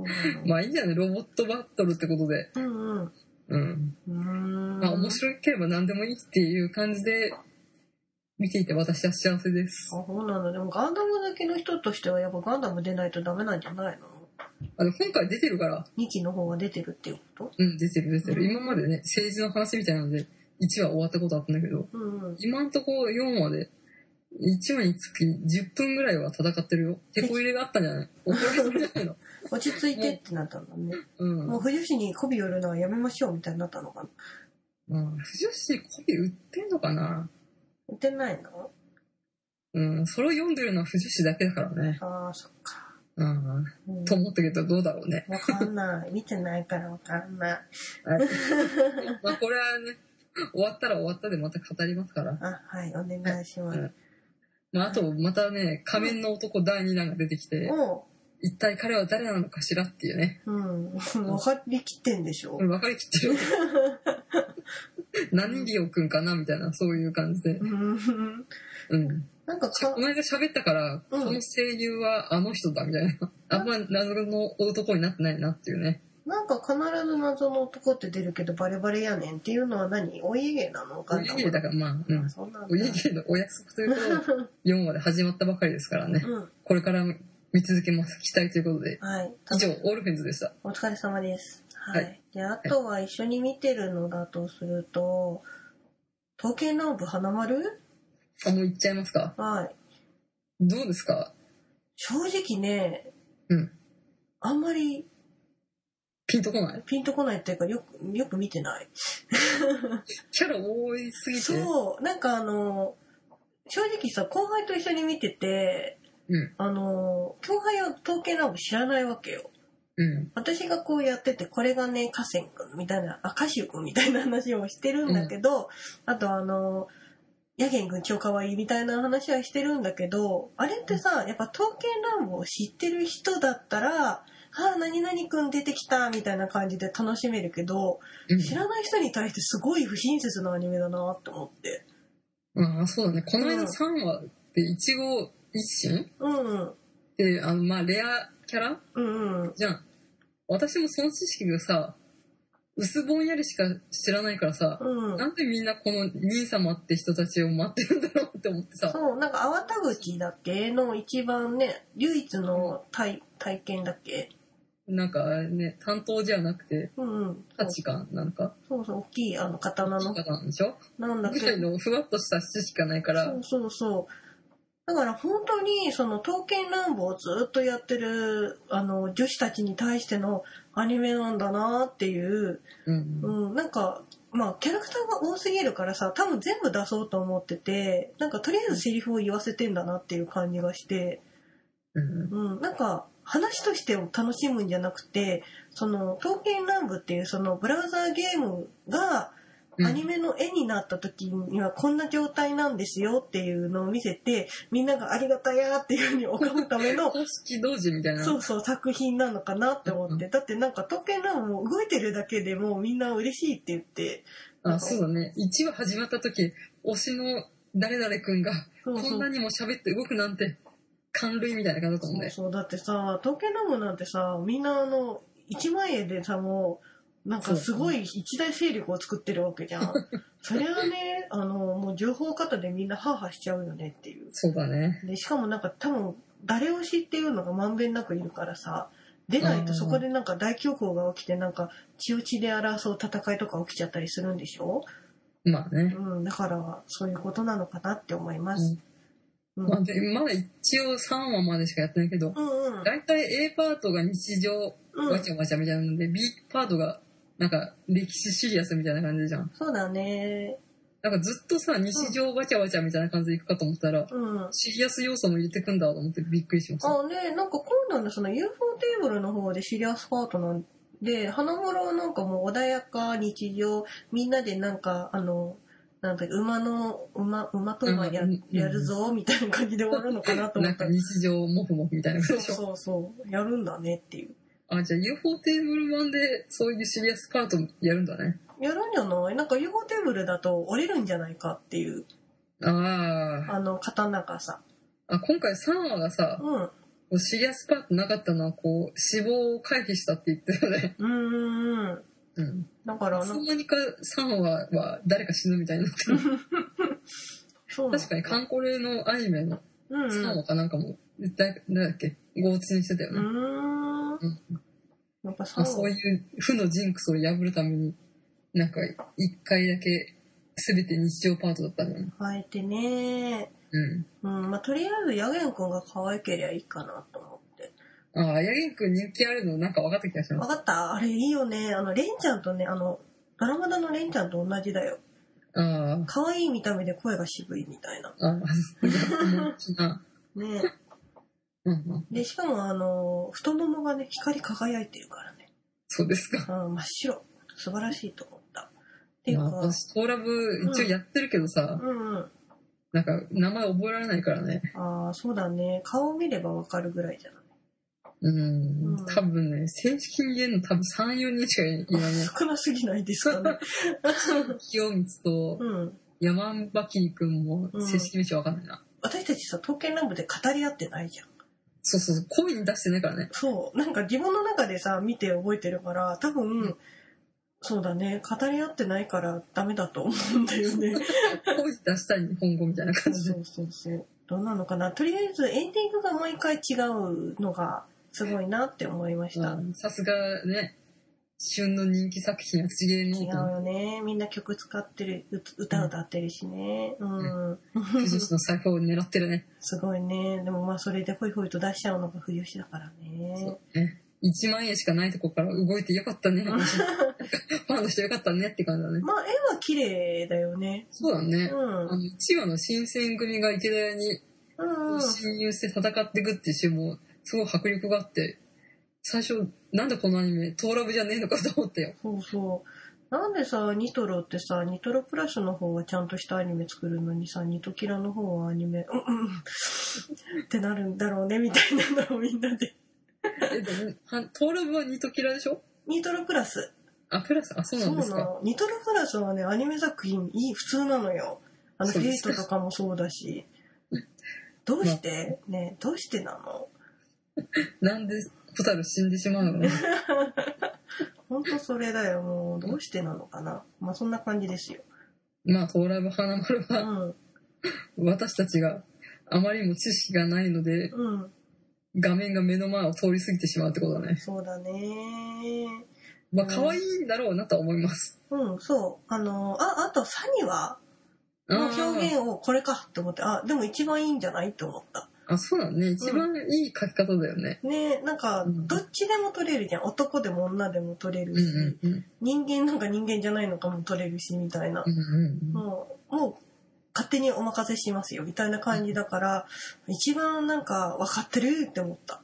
[SPEAKER 2] うなの
[SPEAKER 1] まあいいんじゃないロボットバトルってことで。
[SPEAKER 2] うんうん。
[SPEAKER 1] うん。
[SPEAKER 2] うーん。
[SPEAKER 1] まあ面白ければ何でもいいっていう感じで見ていて私は幸せです。
[SPEAKER 2] あ、そうなんだ。でもガンダム好きの人としてはやっぱガンダム出ないとダメなんじゃないの
[SPEAKER 1] あの、今回出てるから、
[SPEAKER 2] ?2 期の方が出てるっていうこ
[SPEAKER 1] うん、出てる出てる。
[SPEAKER 2] うん
[SPEAKER 1] 今までね、政治の話みたいなので、1話終わったことあったんだけど、
[SPEAKER 2] とうんうん。
[SPEAKER 1] 今んとこ4話で、1話につき10分ぐらいは戦ってるよ。手こ入れがあったんじゃ ない怒られそうじゃないの
[SPEAKER 2] 落ち着いてってなったんだね。
[SPEAKER 1] うん。
[SPEAKER 2] もう
[SPEAKER 1] ま
[SPEAKER 2] 冬市に媚び売るのはやめましょうみたいになったのかな。
[SPEAKER 1] あ、不女子コピ売ってんのかな
[SPEAKER 2] 売ってないの
[SPEAKER 1] うん。それを読んでるのは不女子だけだからね。
[SPEAKER 2] ああ、そっか。
[SPEAKER 1] うん。
[SPEAKER 2] うん
[SPEAKER 1] と思ったけど、どうだろうね。
[SPEAKER 2] わかんない。見てないからわかんない。
[SPEAKER 1] まあ、これはね、終わったら終わったでまた語りますから。
[SPEAKER 2] あ、はい、お願いします。
[SPEAKER 1] うんまあ、あと、またね、仮面の男第2弾が出てきて、
[SPEAKER 2] も
[SPEAKER 1] 一体彼は誰なのかしらっていうね。
[SPEAKER 2] う、うん、分かりきってんでしょ
[SPEAKER 1] これ。分かりき ってる。何リオくんかなみたいな、そういう感じで。
[SPEAKER 2] うん
[SPEAKER 1] うん。
[SPEAKER 2] なんか
[SPEAKER 1] こ
[SPEAKER 2] か、
[SPEAKER 1] の間喋ったから、
[SPEAKER 2] うん
[SPEAKER 1] この声優はあの人だみたいな。あんま謎の男になってないなっていうね。
[SPEAKER 2] なんか必ず謎の男って出るけどバレバレやねんっていうのは何お家芸なの
[SPEAKER 1] お
[SPEAKER 2] ガン
[SPEAKER 1] 家
[SPEAKER 2] ダム
[SPEAKER 1] 芸だからまあ、うん。
[SPEAKER 2] そうなんだ。
[SPEAKER 1] お家芸のお約束ということで、4話で始まったばかりですからね。
[SPEAKER 2] うん。
[SPEAKER 1] これから見続けます。期待ということで。
[SPEAKER 2] はい。
[SPEAKER 1] 以上、オールフェンズでした。
[SPEAKER 2] お疲れ様です。はい。
[SPEAKER 1] は
[SPEAKER 2] で、あとは一緒に見てるのだとすると、刀剣乱舞花丸
[SPEAKER 1] あ、もう行っちゃいますか
[SPEAKER 2] はい。
[SPEAKER 1] どうですか
[SPEAKER 2] 正直ね、
[SPEAKER 1] うん
[SPEAKER 2] あんまり
[SPEAKER 1] ピンとこない
[SPEAKER 2] ピンとこないっていうか、よく、よく見てない。
[SPEAKER 1] キャラ多いすぎて。
[SPEAKER 2] そう、なんかあの、正直さ、後輩と一緒に見てて、
[SPEAKER 1] うん
[SPEAKER 2] あの、後輩は刀剣乱舞知らないわけよ。
[SPEAKER 1] うん。
[SPEAKER 2] 私がこうやってて、これがね、河川くんみたいな、あ、歌手くんみたいな話をしてるんだけど、あとあの、ヤゲンくん超可愛いみたいな話はしてるんだけど、あれってさ、やっぱ刀剣乱舞を知ってる人だったら、あー、何々くん出てきたみたいな感じで楽しめるけど、
[SPEAKER 1] うん。
[SPEAKER 2] 知らない人に対してすごい不親切なアニメだなって思って。
[SPEAKER 1] ああ、そうだね。この
[SPEAKER 2] う
[SPEAKER 1] 間
[SPEAKER 2] ん
[SPEAKER 1] 3話で一応一心
[SPEAKER 2] うんうん。
[SPEAKER 1] で、あの、まあ、レアキャラ
[SPEAKER 2] うんうん。
[SPEAKER 1] じゃん。私もその知識がさ、薄ぼんやりしか知らないからさ、
[SPEAKER 2] うん。
[SPEAKER 1] なんでみんなこの兄様って人たちを待ってるんだろうって思ってさ、
[SPEAKER 2] そう、なんか、粟田口だっけの一番ね、唯一の体体験だっけ
[SPEAKER 1] なんかね、担当じゃなくて、
[SPEAKER 2] うんうん。そ
[SPEAKER 1] 価
[SPEAKER 2] う
[SPEAKER 1] 値観なんか、
[SPEAKER 2] そうそう、大きい、あの、刀
[SPEAKER 1] 価
[SPEAKER 2] の
[SPEAKER 1] 値、観でしょ
[SPEAKER 2] なんだっ
[SPEAKER 1] ぐら
[SPEAKER 2] け
[SPEAKER 1] いのふわっとした知識がないから、
[SPEAKER 2] そうそうそう。だから本当にその刀剣乱舞をずっとやってるあの女子たちに対してのアニメなんだなっていう、
[SPEAKER 1] うん
[SPEAKER 2] う。ん、なんかまあキャラクターが多すぎるからさ多分全部出そうと思っててなんかとりあえずセリフを言わせてんだなっていう感じがして、
[SPEAKER 1] うん。
[SPEAKER 2] うん、なんか話としてを楽しむんじゃなくてその刀剣乱舞っていうそのブラウザーゲームがアニメの絵になった時にはこんな状態なんですよっていうのを見せてみんながありがたやっていうふうに拝むための
[SPEAKER 1] 公式同時みたいな。
[SPEAKER 2] そうそう作品なのかなって思ってだってなんか刀剣乱舞も動いてるだけでもうみんな嬉しいって言って
[SPEAKER 1] あ、そうだね。1話始まった時、推しの誰々くんが、
[SPEAKER 2] そう
[SPEAKER 1] こ
[SPEAKER 2] そ
[SPEAKER 1] ん
[SPEAKER 2] う
[SPEAKER 1] なにも喋って動くなんて、感類みたいな感じだったもん
[SPEAKER 2] そう
[SPEAKER 1] ね。
[SPEAKER 2] そうだってさ刀剣乱舞なんてさみんなあの1万円でさもうなんかすごい一大勢力を作ってるわけじゃ んそれはねあのもう情報型でみんなハーハーしちゃうよねっていう
[SPEAKER 1] そうだね。
[SPEAKER 2] でしかもなんか多分誰推しっていうのがまんべんなくいるからさ出ないとそこでなんか大恐慌が起きてなんか血を血で争う戦いとか起きちゃったりするんでしょ、
[SPEAKER 1] まあね。
[SPEAKER 2] うん、だからそういうことなのかなって思います、うん、う
[SPEAKER 1] まあ
[SPEAKER 2] ん
[SPEAKER 1] で、まだ一応3話までしかやってないけど、
[SPEAKER 2] うん
[SPEAKER 1] だいたい A パートが日常、
[SPEAKER 2] う
[SPEAKER 1] わ
[SPEAKER 2] ん
[SPEAKER 1] ちゃわちゃみたいなので、B パートが、なんか、歴史シリアスみたいな感じじゃん。
[SPEAKER 2] そうだね
[SPEAKER 1] なんかずっとさ、日常わちゃわちゃみたいな感じでいくかと思ったら、
[SPEAKER 2] うん
[SPEAKER 1] シリアス要素も入れてくんだと思ってびっくりしました。
[SPEAKER 2] あねなんか今度のその UFO テーブルの方でシリアスパートなんで花室はなんかもう穏やか日常みんなでなんかあのなんか馬の馬馬と馬や,、
[SPEAKER 1] うんうん
[SPEAKER 2] やるぞみたいな感じで終わるのかなと思
[SPEAKER 1] な
[SPEAKER 2] っ
[SPEAKER 1] ん
[SPEAKER 2] た
[SPEAKER 1] から日常モフモフみたいな
[SPEAKER 2] そ
[SPEAKER 1] 感
[SPEAKER 2] う
[SPEAKER 1] じでしょ。
[SPEAKER 2] そうそうやるんだねっていう
[SPEAKER 1] あ、じゃあ UFO テーブル版でそういうシリアスパートやるんだね。
[SPEAKER 2] やるんじゃないなんか UFO テーブルだと折れるんじゃないかっていう
[SPEAKER 1] あ
[SPEAKER 2] あの刀がさ
[SPEAKER 1] あ。あ、今回3話がさ、
[SPEAKER 2] うん
[SPEAKER 1] シリアスパートなかったのは、こう、死亡を回避したって言ってたよね。
[SPEAKER 2] うんうんうん
[SPEAKER 1] うん。
[SPEAKER 2] だから
[SPEAKER 1] そ
[SPEAKER 2] なんんか
[SPEAKER 1] なにか3話は誰か死ぬみたいになってる。
[SPEAKER 2] そうなんだ
[SPEAKER 1] 確かにカンコレのアニメの
[SPEAKER 2] うんうん
[SPEAKER 1] 3話かなんかも、だなんだっけ、強打にしてたよね。
[SPEAKER 2] うー
[SPEAKER 1] うん
[SPEAKER 2] んやっぱそ
[SPEAKER 1] まあ、そう
[SPEAKER 2] う
[SPEAKER 1] いう負のジンクスを破るために、なんか一回だけ全て日常パートだったんだよね。
[SPEAKER 2] 変えてね
[SPEAKER 1] うん。
[SPEAKER 2] うんまあとりあえずヤゲンくんが可愛けりゃいいかなと思って
[SPEAKER 1] ああ、ヤゲン君人気あるのなんか分かった気がしま
[SPEAKER 2] わ
[SPEAKER 1] す。
[SPEAKER 2] かったあれいいよねあのレンちゃんとねあのドラマだのレンちゃんと同じだよ
[SPEAKER 1] あ
[SPEAKER 2] 可愛い見た目で声が渋いみたいな
[SPEAKER 1] あ、ああ、あ
[SPEAKER 2] ね
[SPEAKER 1] うんうん、
[SPEAKER 2] でしかもあの太ももがね光り輝いてるからね
[SPEAKER 1] そうですか。
[SPEAKER 2] あー真っ白素晴らしいと思ったっていう
[SPEAKER 1] まあ、
[SPEAKER 2] か
[SPEAKER 1] 私、トーラブ一応やってるけどさ、
[SPEAKER 2] うんうん
[SPEAKER 1] なんか名前覚えられないからね。
[SPEAKER 2] ああそうだね顔を見ればわかるぐらいじゃ ない
[SPEAKER 1] うん、
[SPEAKER 2] うん
[SPEAKER 1] 多分ね、正式に言えるの多分3、4人しかいないね。
[SPEAKER 2] 少なすぎないですかね
[SPEAKER 1] 清光と
[SPEAKER 2] うん
[SPEAKER 1] 山馬キ君も正式名称わかんないな。
[SPEAKER 2] 私たちさ刀剣乱舞で語り合ってないじゃん
[SPEAKER 1] そうそうそう、声に出してないからね。
[SPEAKER 2] そうなんか自分の中でさ見て覚えてるから多分、
[SPEAKER 1] うん
[SPEAKER 2] そうだね語り合ってないからダメだと思うんだよね
[SPEAKER 1] 声に出したい日本語みたいな
[SPEAKER 2] そ
[SPEAKER 1] 感
[SPEAKER 2] う
[SPEAKER 1] じで。
[SPEAKER 2] そうそうそうどうなのかなとりあえずエンディングが毎回違うのがすごいなって思いました、
[SPEAKER 1] うんさすがね、旬の人気作品はちげえの
[SPEAKER 2] 違う
[SPEAKER 1] と思
[SPEAKER 2] よねみんな曲使ってるう歌歌ってるしねうん、
[SPEAKER 1] って、藤吉の財布を狙ってるね。
[SPEAKER 2] すごいねでもまあそれでホイホイと出しちゃうのが冬吉だからね
[SPEAKER 1] そうね。1万円しかないとこから動いてよかったね。ファンの人よかったねって感じだね。
[SPEAKER 2] まあ絵は綺麗だよね
[SPEAKER 1] そうだ
[SPEAKER 2] う
[SPEAKER 1] ね。
[SPEAKER 2] ん
[SPEAKER 1] あの、1話の新選組が池田屋に
[SPEAKER 2] うん
[SPEAKER 1] 侵入して戦っていくっていうシーンも、すごい迫力があって、最初、なんだこのアニメ、トーラブじゃねえのかと思ったよ。
[SPEAKER 2] そうそうなんでさニトロってさニトロプラスの方はちゃんとしたアニメ作るのにさニトキラの方はアニメうんうんってなるんだろうねみたいなのをみんなで
[SPEAKER 1] え、でも、はトーラブはニトキラでしょ
[SPEAKER 2] ニトロプラス
[SPEAKER 1] あ、プラス、あ、そうなんですか。
[SPEAKER 2] のニトロプラスはねアニメ作品いい普通なのよあの
[SPEAKER 1] そ
[SPEAKER 2] ゲ
[SPEAKER 1] うで
[SPEAKER 2] ー
[SPEAKER 1] す
[SPEAKER 2] トとかもそうだしどうしてねどうしてなの
[SPEAKER 1] なんで蛍死んでしまうのかな
[SPEAKER 2] ほんとそれだよもうどうしてなのかなまあそんな感じですよ
[SPEAKER 1] まあ、トーラブ花丸
[SPEAKER 2] う
[SPEAKER 1] は、
[SPEAKER 2] ん
[SPEAKER 1] 私たちがあまりにも知識がないので、
[SPEAKER 2] うん
[SPEAKER 1] 画面が目の前を通り過ぎてしまうってことだね。
[SPEAKER 2] そうだね
[SPEAKER 1] まあ、
[SPEAKER 2] うん
[SPEAKER 1] 可愛いんだろうなとは思います。
[SPEAKER 2] うんそうあのああとサニは
[SPEAKER 1] あ
[SPEAKER 2] の
[SPEAKER 1] ー
[SPEAKER 2] 表現をこれかって思ってあでも一番いいんじゃないって思った
[SPEAKER 1] あ、そうだね。一番いい書き方だよね。
[SPEAKER 2] ねなんか
[SPEAKER 1] うん
[SPEAKER 2] どっちでも取れるじゃん男でも女でも取れる
[SPEAKER 1] うん
[SPEAKER 2] し、
[SPEAKER 1] うんうん。
[SPEAKER 2] 人間なんか人間じゃないのかも取れるしみたいな
[SPEAKER 1] う、んうんうん。
[SPEAKER 2] もうもう勝手にお任せしますよみたいな感じだから、一番なんか分かってるって思った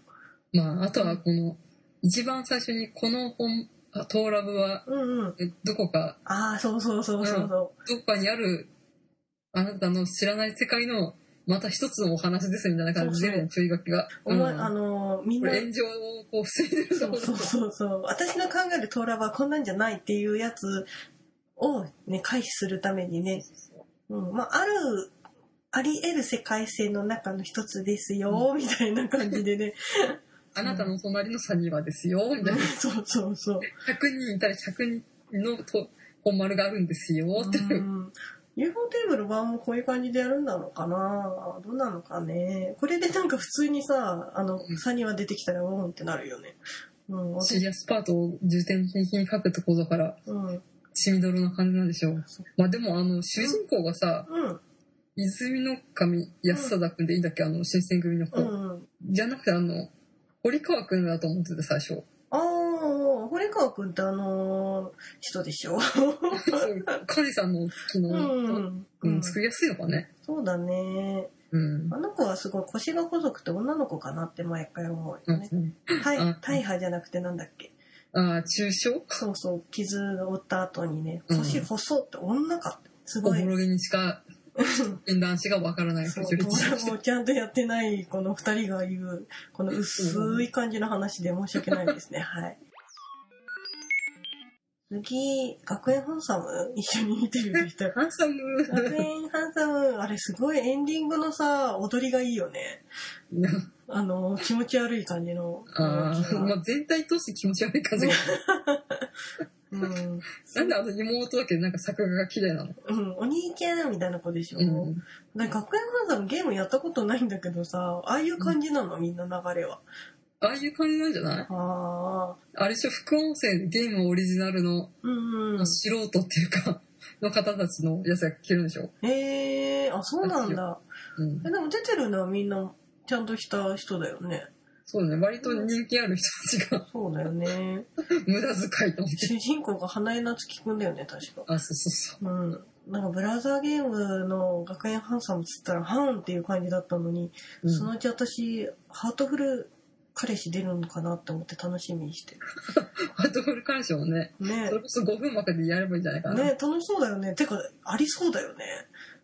[SPEAKER 1] まあ、あとはこの、一番最初にこの本、あトーラブは、
[SPEAKER 2] うんうん
[SPEAKER 1] えどこか、
[SPEAKER 2] ああそうそうそうそうそ
[SPEAKER 1] どこかにある、あなたの知らない世界の、また一つのお話ですみたいな感じ
[SPEAKER 2] そうそ
[SPEAKER 1] で、注意書きが。
[SPEAKER 2] う、お前
[SPEAKER 1] うん
[SPEAKER 2] あのーみん
[SPEAKER 1] こ
[SPEAKER 2] な
[SPEAKER 1] れ炎上をこう防いでるとこ
[SPEAKER 2] そう
[SPEAKER 1] ろ
[SPEAKER 2] そうそうそう私の考えるトーラはこんなんじゃないっていうやつをね回避するためにね、うん、まああるあり得る世界線の中の一つですよ、みたいな感じでね
[SPEAKER 1] あなたの隣のサニーはですよ、みたいな。
[SPEAKER 2] そうそうそう
[SPEAKER 1] 100人いたら100人のと本丸があるんですよ、っていうう。
[SPEAKER 2] ん UFO テーブル版もこういう感じでやるんだのかなどうなのかねこれでなんか普通にさあの
[SPEAKER 1] うん
[SPEAKER 2] サニーは出てきたらうんってなるよねうん、
[SPEAKER 1] シリアスパートを重点的に書くところだから、
[SPEAKER 2] うん、
[SPEAKER 1] 血みどろな感じなんでしょう
[SPEAKER 2] そ。
[SPEAKER 1] まあでも、あの、主人公がさ、
[SPEAKER 2] うん、
[SPEAKER 1] 泉の神安貞くんでいいんだっけあの、新選組の子。
[SPEAKER 2] うん、うん。
[SPEAKER 1] じゃなくて、あの、堀川くんだと思ってて、最 初。
[SPEAKER 2] ああ、堀川くんってあのー人でしょ。
[SPEAKER 1] そうカジさんの昨日、
[SPEAKER 2] うん、う
[SPEAKER 1] うんん、、作りやすいのかね。
[SPEAKER 2] そうだね。
[SPEAKER 1] うん。
[SPEAKER 2] あの子はすごい腰が細くて女の子かなって毎回思う
[SPEAKER 1] う
[SPEAKER 2] よね。
[SPEAKER 1] ん、
[SPEAKER 2] 大
[SPEAKER 1] うん
[SPEAKER 2] 大破じゃなくてなんだっけ。
[SPEAKER 1] ああ、中傷
[SPEAKER 2] そうそう、傷を負った後にね、
[SPEAKER 1] うん
[SPEAKER 2] 腰細って女かって。す
[SPEAKER 1] お
[SPEAKER 2] ごい
[SPEAKER 1] ぼ。ろげにしか、演談師がわからない。
[SPEAKER 2] そう、
[SPEAKER 1] 不純
[SPEAKER 2] 俺
[SPEAKER 1] 一
[SPEAKER 2] もちゃんとやってないこの二人が言う、この薄い感じの話で申し訳ないですね。はい。次、学園ハンサム一緒に見てる人。
[SPEAKER 1] ハン サム。
[SPEAKER 2] 学園ハンサム、あれすごいエンディングのさ、踊りがいいよね。あの、気持ち悪い感じの。
[SPEAKER 1] ああ、まあ、全体通して気持ち悪い感じが。
[SPEAKER 2] うん。
[SPEAKER 1] なんであの妹だけなんか作画が綺麗なの
[SPEAKER 2] うん、お兄ちゃんみたいな子でしょ。
[SPEAKER 1] うん。
[SPEAKER 2] で学園ハンサムゲームやったことないんだけどさ、ああいう感じなの、みんな流れは。
[SPEAKER 1] ああいう感じなんじゃない
[SPEAKER 2] ああ、
[SPEAKER 1] あれでしょ、副音声でゲームオリジナルの
[SPEAKER 2] うんうん。
[SPEAKER 1] 素人っていうか、の方たちのやつが聞けるんでしょ
[SPEAKER 2] へえー、あ、そうなんだ。
[SPEAKER 1] うん
[SPEAKER 2] え。でも出てるのはみんなちゃんとした人だよね。
[SPEAKER 1] そうだね。割と人気ある人たち が
[SPEAKER 2] そうだよね。
[SPEAKER 1] 無駄遣いと思って。
[SPEAKER 2] 主人公が花江夏樹くんだよね、確か。
[SPEAKER 1] あ、そうそうそう。
[SPEAKER 2] うん。なんかブラザーゲームの学園ハンサムっつったら、ハンっていう感じだったのに、
[SPEAKER 1] うん
[SPEAKER 2] そのうち私、ハートフル彼氏出るのかなって思って楽しみにしてる。
[SPEAKER 1] ハートフル感謝をね、
[SPEAKER 2] ね
[SPEAKER 1] それこそ5分までやればいいんじゃないかな。
[SPEAKER 2] ね楽しそうだよね。てか、ありそうだよね。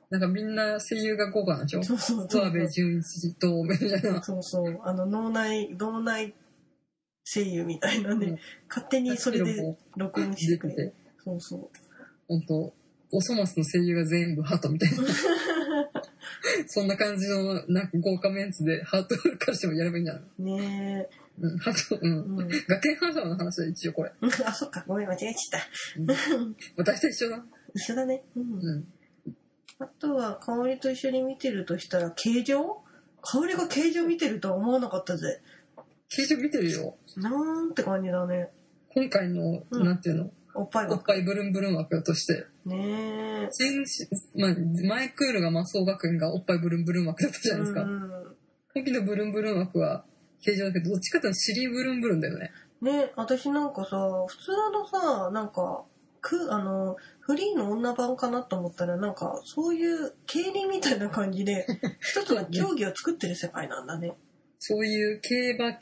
[SPEAKER 1] なんかみんな声優が豪華なんでしょ
[SPEAKER 2] そうそうそ
[SPEAKER 1] 諏
[SPEAKER 2] う
[SPEAKER 1] 訪。部純一と、みたいな。
[SPEAKER 2] そうそう。あの、脳内、脳内声優みたいなね、
[SPEAKER 1] うん
[SPEAKER 2] 勝手にそれで
[SPEAKER 1] も
[SPEAKER 2] 録音して
[SPEAKER 1] 出
[SPEAKER 2] く
[SPEAKER 1] て
[SPEAKER 2] れる。
[SPEAKER 1] て、
[SPEAKER 2] そうそう。
[SPEAKER 1] ほんと、おそ松の声優が全部ハートみたいな。そんな感じの、なんか豪華メンツで、ハートフル歌手もやればいいんじゃない
[SPEAKER 2] ね
[SPEAKER 1] うん、ハート、う。
[SPEAKER 2] え。うんん。
[SPEAKER 1] 学園ハンサムの話は一応これ。
[SPEAKER 2] あ、そっか。ごめん、間違えちゃった。
[SPEAKER 1] 私と一緒だ。
[SPEAKER 2] 一緒だね。うん。
[SPEAKER 1] うん。
[SPEAKER 2] あとは、香りと一緒に見てるとしたら、形状香りが形状見てるとは思わなかったぜ。
[SPEAKER 1] 形状見てるよ。
[SPEAKER 2] なんて感じだね。
[SPEAKER 1] 今回の、
[SPEAKER 2] うん
[SPEAKER 1] なんていうの、
[SPEAKER 2] おっぱい
[SPEAKER 1] お
[SPEAKER 2] が
[SPEAKER 1] っ。ぱいブルンブルン枠として、
[SPEAKER 2] ねえ。
[SPEAKER 1] 先週、まあ、前クールが魔装学園がおっぱいブルンブルン枠だったじゃないですか。
[SPEAKER 2] うん
[SPEAKER 1] 今期のブルンブルン枠は、形状だけど、どっちかというと尻ブルンブルンだよね。
[SPEAKER 2] ね私なんかさ、普通のさ、なんか、く、あの、フリーの女版かなと思ったら、なんか、そういう競輪みたいな感じ で、一つの競技を作ってる世界なんだね。
[SPEAKER 1] そういう競馬、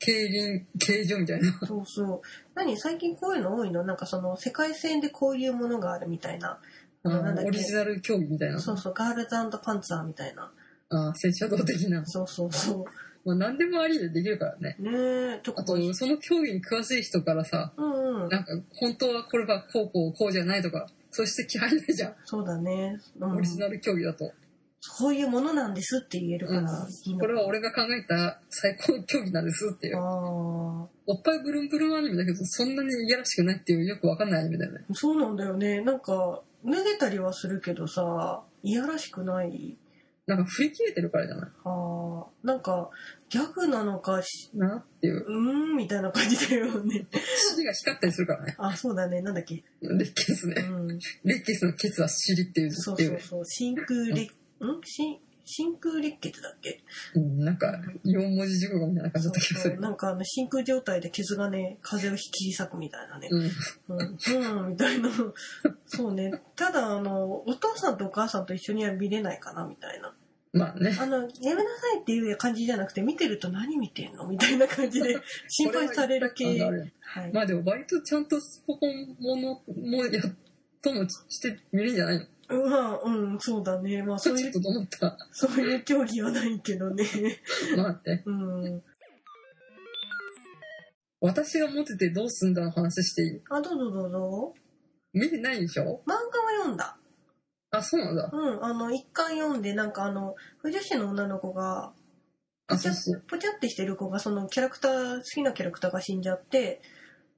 [SPEAKER 1] 競輪、競場みたいな。
[SPEAKER 2] そうそう。何最近こういうの多いのなんかその、世界戦でこういうものがあるみたいな。あのなんだっ
[SPEAKER 1] オ
[SPEAKER 2] け
[SPEAKER 1] リジナル競技みたいな。
[SPEAKER 2] そうそう、ガールズパンツァーみたいな。
[SPEAKER 1] ああ、戦車道的な。
[SPEAKER 2] そうそうそ
[SPEAKER 1] まあ、何でもありでできるからね。
[SPEAKER 2] う。ねえ、ちょ
[SPEAKER 1] あ
[SPEAKER 2] っ
[SPEAKER 1] と
[SPEAKER 2] と。う、
[SPEAKER 1] その競技に詳しい人からさ、
[SPEAKER 2] んうん。
[SPEAKER 1] なんか、本当はこれはこうこうこうじゃないとか、そうして気配ないじゃん。
[SPEAKER 2] そうだね。う
[SPEAKER 1] オ
[SPEAKER 2] ん
[SPEAKER 1] リジナル競技だと。
[SPEAKER 2] そういうものなんですって言えるから、いいの
[SPEAKER 1] これは俺が考えた最高の競技なんですっていう。
[SPEAKER 2] あ
[SPEAKER 1] おっぱいブルンブルンアニメだけど、そんなにいやらしくないっていうよくわかんないアニメだよね。
[SPEAKER 2] あそうなんだよねなんか脱げたりはするけどさいやらしくない
[SPEAKER 1] なんか振り切れてるからじゃない
[SPEAKER 2] あーなんかギャグなのかし
[SPEAKER 1] なっていう。
[SPEAKER 2] うーんみたいな感じだよね
[SPEAKER 1] 尻が光ったりするからね。
[SPEAKER 2] あそうだねなんだっけ
[SPEAKER 1] レッキス
[SPEAKER 2] う
[SPEAKER 1] ね。
[SPEAKER 2] ん
[SPEAKER 1] レッキスのケツは尻っていう
[SPEAKER 2] そ
[SPEAKER 1] っ
[SPEAKER 2] う
[SPEAKER 1] てい
[SPEAKER 2] そうう。 そう真空裂ん真真空裂血だっけ
[SPEAKER 1] うん、なんか、4文字熟語みたいな感じ
[SPEAKER 2] そ
[SPEAKER 1] だっ
[SPEAKER 2] う
[SPEAKER 1] た気がす
[SPEAKER 2] そう
[SPEAKER 1] る。
[SPEAKER 2] なんかあの真空状態で傷がね風邪を引き裂くみたいなね
[SPEAKER 1] うん。
[SPEAKER 2] うん、うん、みたいな。そうね。ただ、あの、お父さんとお母さんと一緒には見れないかな、みたいな。
[SPEAKER 1] まあね。
[SPEAKER 2] あの、やめなさいっていう感じじゃなくて、見てると何見てんのみたいな感じで、心配される
[SPEAKER 1] こ
[SPEAKER 2] 系。
[SPEAKER 1] は
[SPEAKER 2] はい
[SPEAKER 1] っぱいある。まあでも割とちゃんとスポコンものもやっともしてみるんじゃないの
[SPEAKER 2] うんまあ、うん、そうだね。まあ、
[SPEAKER 1] ち
[SPEAKER 2] そ
[SPEAKER 1] ょ
[SPEAKER 2] う
[SPEAKER 1] っ
[SPEAKER 2] いう、
[SPEAKER 1] とどうなったか。
[SPEAKER 2] そういう競技はないけどね。
[SPEAKER 1] まあって。
[SPEAKER 2] うん。
[SPEAKER 1] 私がモテてどうすんだの話していい
[SPEAKER 2] あ、どうぞどうぞ。
[SPEAKER 1] 見てないでしょ
[SPEAKER 2] 漫画は読んだ。
[SPEAKER 1] あ、そうなんだ。
[SPEAKER 2] うん、あの、一巻読んで、なんかあの、不女子の女の子が、
[SPEAKER 1] あ、そうそう。
[SPEAKER 2] ぽちゃってしてる子がそのキャラクター好きなキャラクターが死んじゃって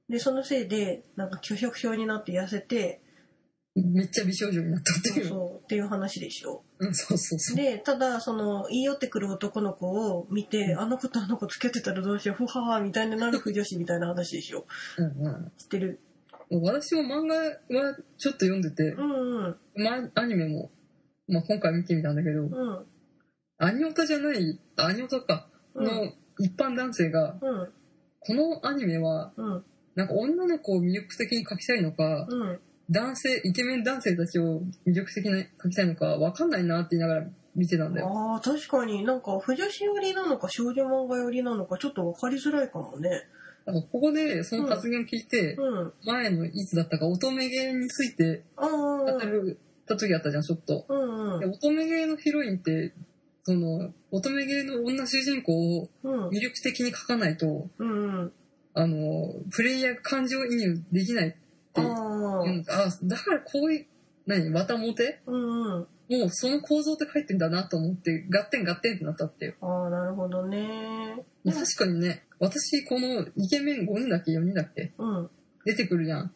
[SPEAKER 2] でそのせいでなんか拒食症になって痩せて
[SPEAKER 1] めっちゃ美少女になったって
[SPEAKER 2] そう
[SPEAKER 1] いう。
[SPEAKER 2] そうっていう話でしょ
[SPEAKER 1] うん、そうそうそう。
[SPEAKER 2] でただその言い寄ってくる男の子を見て、あの子とあの子付き合ってたらどうしようふははみたいになる不女子みたいな話でしょ
[SPEAKER 1] うんうん
[SPEAKER 2] 知ってる
[SPEAKER 1] 私も漫画はちょっと読んでて
[SPEAKER 2] う、んうん
[SPEAKER 1] まあ、アニメも、まあ、今回見てみたんだけど、
[SPEAKER 2] うん
[SPEAKER 1] アニオタじゃない、あアニオタか、
[SPEAKER 2] うん
[SPEAKER 1] の一般男性が、
[SPEAKER 2] うん
[SPEAKER 1] このアニメは、
[SPEAKER 2] うん
[SPEAKER 1] なんか女の子を魅力的に描きたいのか、
[SPEAKER 2] うん
[SPEAKER 1] 男性、イケメン男性たちを魅力的に描きたいのか、わかんないなって言いながら見てたんだよ。
[SPEAKER 2] あー確かになんか不女子寄りなのか少女漫画寄りなのかちょっと分かりづらいかもね
[SPEAKER 1] だからここでその発言を聞いて、
[SPEAKER 2] うん
[SPEAKER 1] 前のいつだったか乙女芸について
[SPEAKER 2] ああ
[SPEAKER 1] 語る、た時あったじゃん、ちょっと。
[SPEAKER 2] うんう
[SPEAKER 1] で
[SPEAKER 2] ん
[SPEAKER 1] 乙女芸のヒロインって、その、乙女芸の女主人公を
[SPEAKER 2] うん
[SPEAKER 1] 魅力的に描かないと、
[SPEAKER 2] うんうん
[SPEAKER 1] あの、プレイヤーが感情移入できないって
[SPEAKER 2] あ
[SPEAKER 1] いう
[SPEAKER 2] あ
[SPEAKER 1] うんあ、だからこういう、何、またモテ
[SPEAKER 2] うんうん。
[SPEAKER 1] もうその構造って書いてんだなと思って、ガッテンガッテンってなったっていう。
[SPEAKER 2] ああ、なるほどね。
[SPEAKER 1] まあ確かにね、私、このイケメン5人だっけ ?4 人だっけ
[SPEAKER 2] うん。あ
[SPEAKER 1] 出てくるじゃん。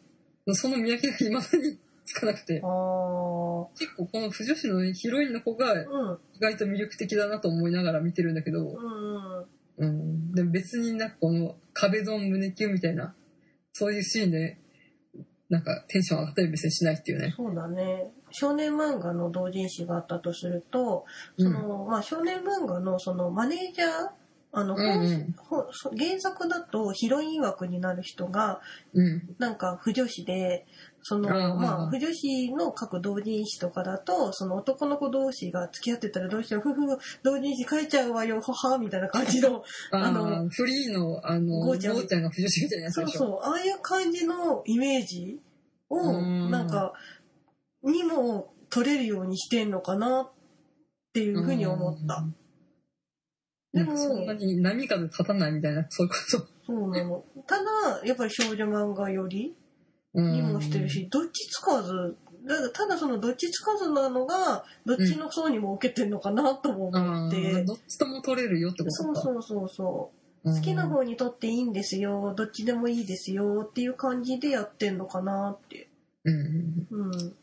[SPEAKER 1] その見分けが未だにつかなくて
[SPEAKER 2] あ。ー。
[SPEAKER 1] 結構この不女子のヒロインの子が
[SPEAKER 2] うん。
[SPEAKER 1] 意外と魅力的だなと思いながら見てるんだけど、
[SPEAKER 2] うんうん。
[SPEAKER 1] うん。でも別になんかこの壁ドン胸キュンみたいな、そういうシーンで、なんかテンション上がったり別にしないっていうね。
[SPEAKER 2] そうだね。少年漫画の同人誌があったとすると、
[SPEAKER 1] う
[SPEAKER 2] そ
[SPEAKER 1] ん。
[SPEAKER 2] の、まあ少年漫画のそのマネージャー、あの、
[SPEAKER 1] うん
[SPEAKER 2] 本
[SPEAKER 1] うん
[SPEAKER 2] 本そ原作だとヒロイン枠になる人が、
[SPEAKER 1] うん。
[SPEAKER 2] なんか不女子で、その、
[SPEAKER 1] あー
[SPEAKER 2] まあ、不女子の各同人誌とかだと、その男の子同士が付き合ってたらどうしよう、夫婦同人誌書いちゃうわよ、ははみたいな感じの
[SPEAKER 1] あ
[SPEAKER 2] あ
[SPEAKER 1] の、
[SPEAKER 2] の
[SPEAKER 1] フリーの、あの、ゴ
[SPEAKER 2] ゴ
[SPEAKER 1] ー
[SPEAKER 2] ー
[SPEAKER 1] ち
[SPEAKER 2] ち
[SPEAKER 1] ゃ
[SPEAKER 2] ゃ
[SPEAKER 1] ん
[SPEAKER 2] ん
[SPEAKER 1] が不女子みたいなやつ
[SPEAKER 2] そ
[SPEAKER 1] で
[SPEAKER 2] う
[SPEAKER 1] しょ。
[SPEAKER 2] そう、ああいう感じのイメージ
[SPEAKER 1] う
[SPEAKER 2] を、
[SPEAKER 1] ん
[SPEAKER 2] なんか、にも取れるようにしてんのかなっていうふうに思った。
[SPEAKER 1] うん。な
[SPEAKER 2] で
[SPEAKER 1] ん
[SPEAKER 2] も
[SPEAKER 1] かそんなに波風立たないみたいな、そういうこと。
[SPEAKER 2] そうなの。ただ、やっぱり少女漫画より
[SPEAKER 1] うん
[SPEAKER 2] にもしてる。し、どっちつかず、だからただそのどっちつかずなのが、どっちの層にも受けてんのかなとも
[SPEAKER 1] あ
[SPEAKER 2] 思
[SPEAKER 1] あ
[SPEAKER 2] って。
[SPEAKER 1] どっちとも取れるよってこと
[SPEAKER 2] そう
[SPEAKER 1] か。
[SPEAKER 2] そうそうそう。
[SPEAKER 1] うん
[SPEAKER 2] 好きな方にとっていいんですよ、どっちでもいいですよっていう感じでやってんのかなって。
[SPEAKER 1] うん。
[SPEAKER 2] うん。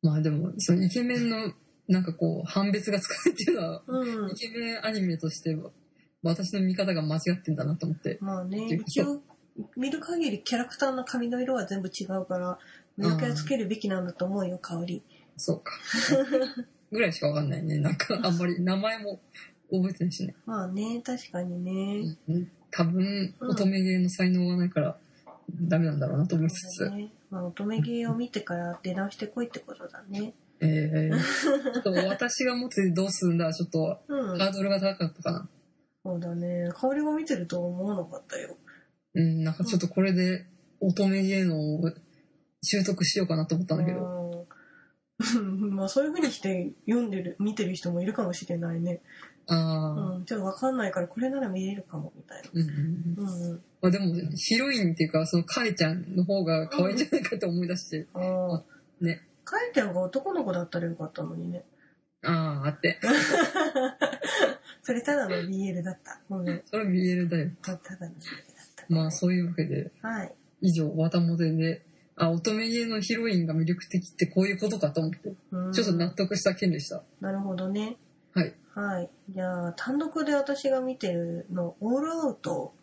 [SPEAKER 1] まあでも、そのイケメンの、なんかこう、判別がつかないっていうのは、
[SPEAKER 2] うん
[SPEAKER 1] イ。ケメンアニメとしては、私の見方が間違ってんだなと思って。
[SPEAKER 2] まあね、
[SPEAKER 1] 結局
[SPEAKER 2] 一応見る限りキャラクターの髪の色は全部違うから見分けをつけるべきなんだと思うよ香り
[SPEAKER 1] そうか。ぐらいしかわかんないね。なんか、あんまり名前も覚えてないしね。
[SPEAKER 2] まあね確かにね,、
[SPEAKER 1] 多分、
[SPEAKER 2] うん
[SPEAKER 1] 乙女芸の才能がないから、ダメなんだろうなと思いつつ。
[SPEAKER 2] ねまあ、乙女芸を見てから出直してこいってことだね
[SPEAKER 1] えー、ちょっと私が持ってどうするんだ、ちょっと、
[SPEAKER 2] うん
[SPEAKER 1] ハードルが高かったかな。
[SPEAKER 2] そうだね香りも見てるとは思わなかったよ
[SPEAKER 1] うん、なんかちょっとこれで、乙女芸能を習得しようかなと思ったんだけど。
[SPEAKER 2] うん まあそういうふうにして読んでる見てる人もいるかもしれないね、
[SPEAKER 1] ああ、
[SPEAKER 2] うん、ちょっとわかんないからこれなら見れるかもみたいな
[SPEAKER 1] うん。うん
[SPEAKER 2] うんうん
[SPEAKER 1] まあでも、ヒロインっていうか、その、カエちゃんの方が可愛いんじゃないかって思い出して。
[SPEAKER 2] ああ
[SPEAKER 1] ね
[SPEAKER 2] カイテンが男の子だったらよかったのにね
[SPEAKER 1] ああ、あって。
[SPEAKER 2] それただの BL だった。ごめん。
[SPEAKER 1] それは BL だよ。
[SPEAKER 2] たただの BL だった。
[SPEAKER 1] まあ、そういうわけで、
[SPEAKER 2] はい。
[SPEAKER 1] 以上、ワタモテで、あ、乙女家のヒロインが魅力的ってこういうことかと思って、
[SPEAKER 2] うん
[SPEAKER 1] ちょっと納得した件でした。
[SPEAKER 2] なるほどね。
[SPEAKER 1] はい。
[SPEAKER 2] はい。じゃあ、単独で私が見てるの、オールアウト、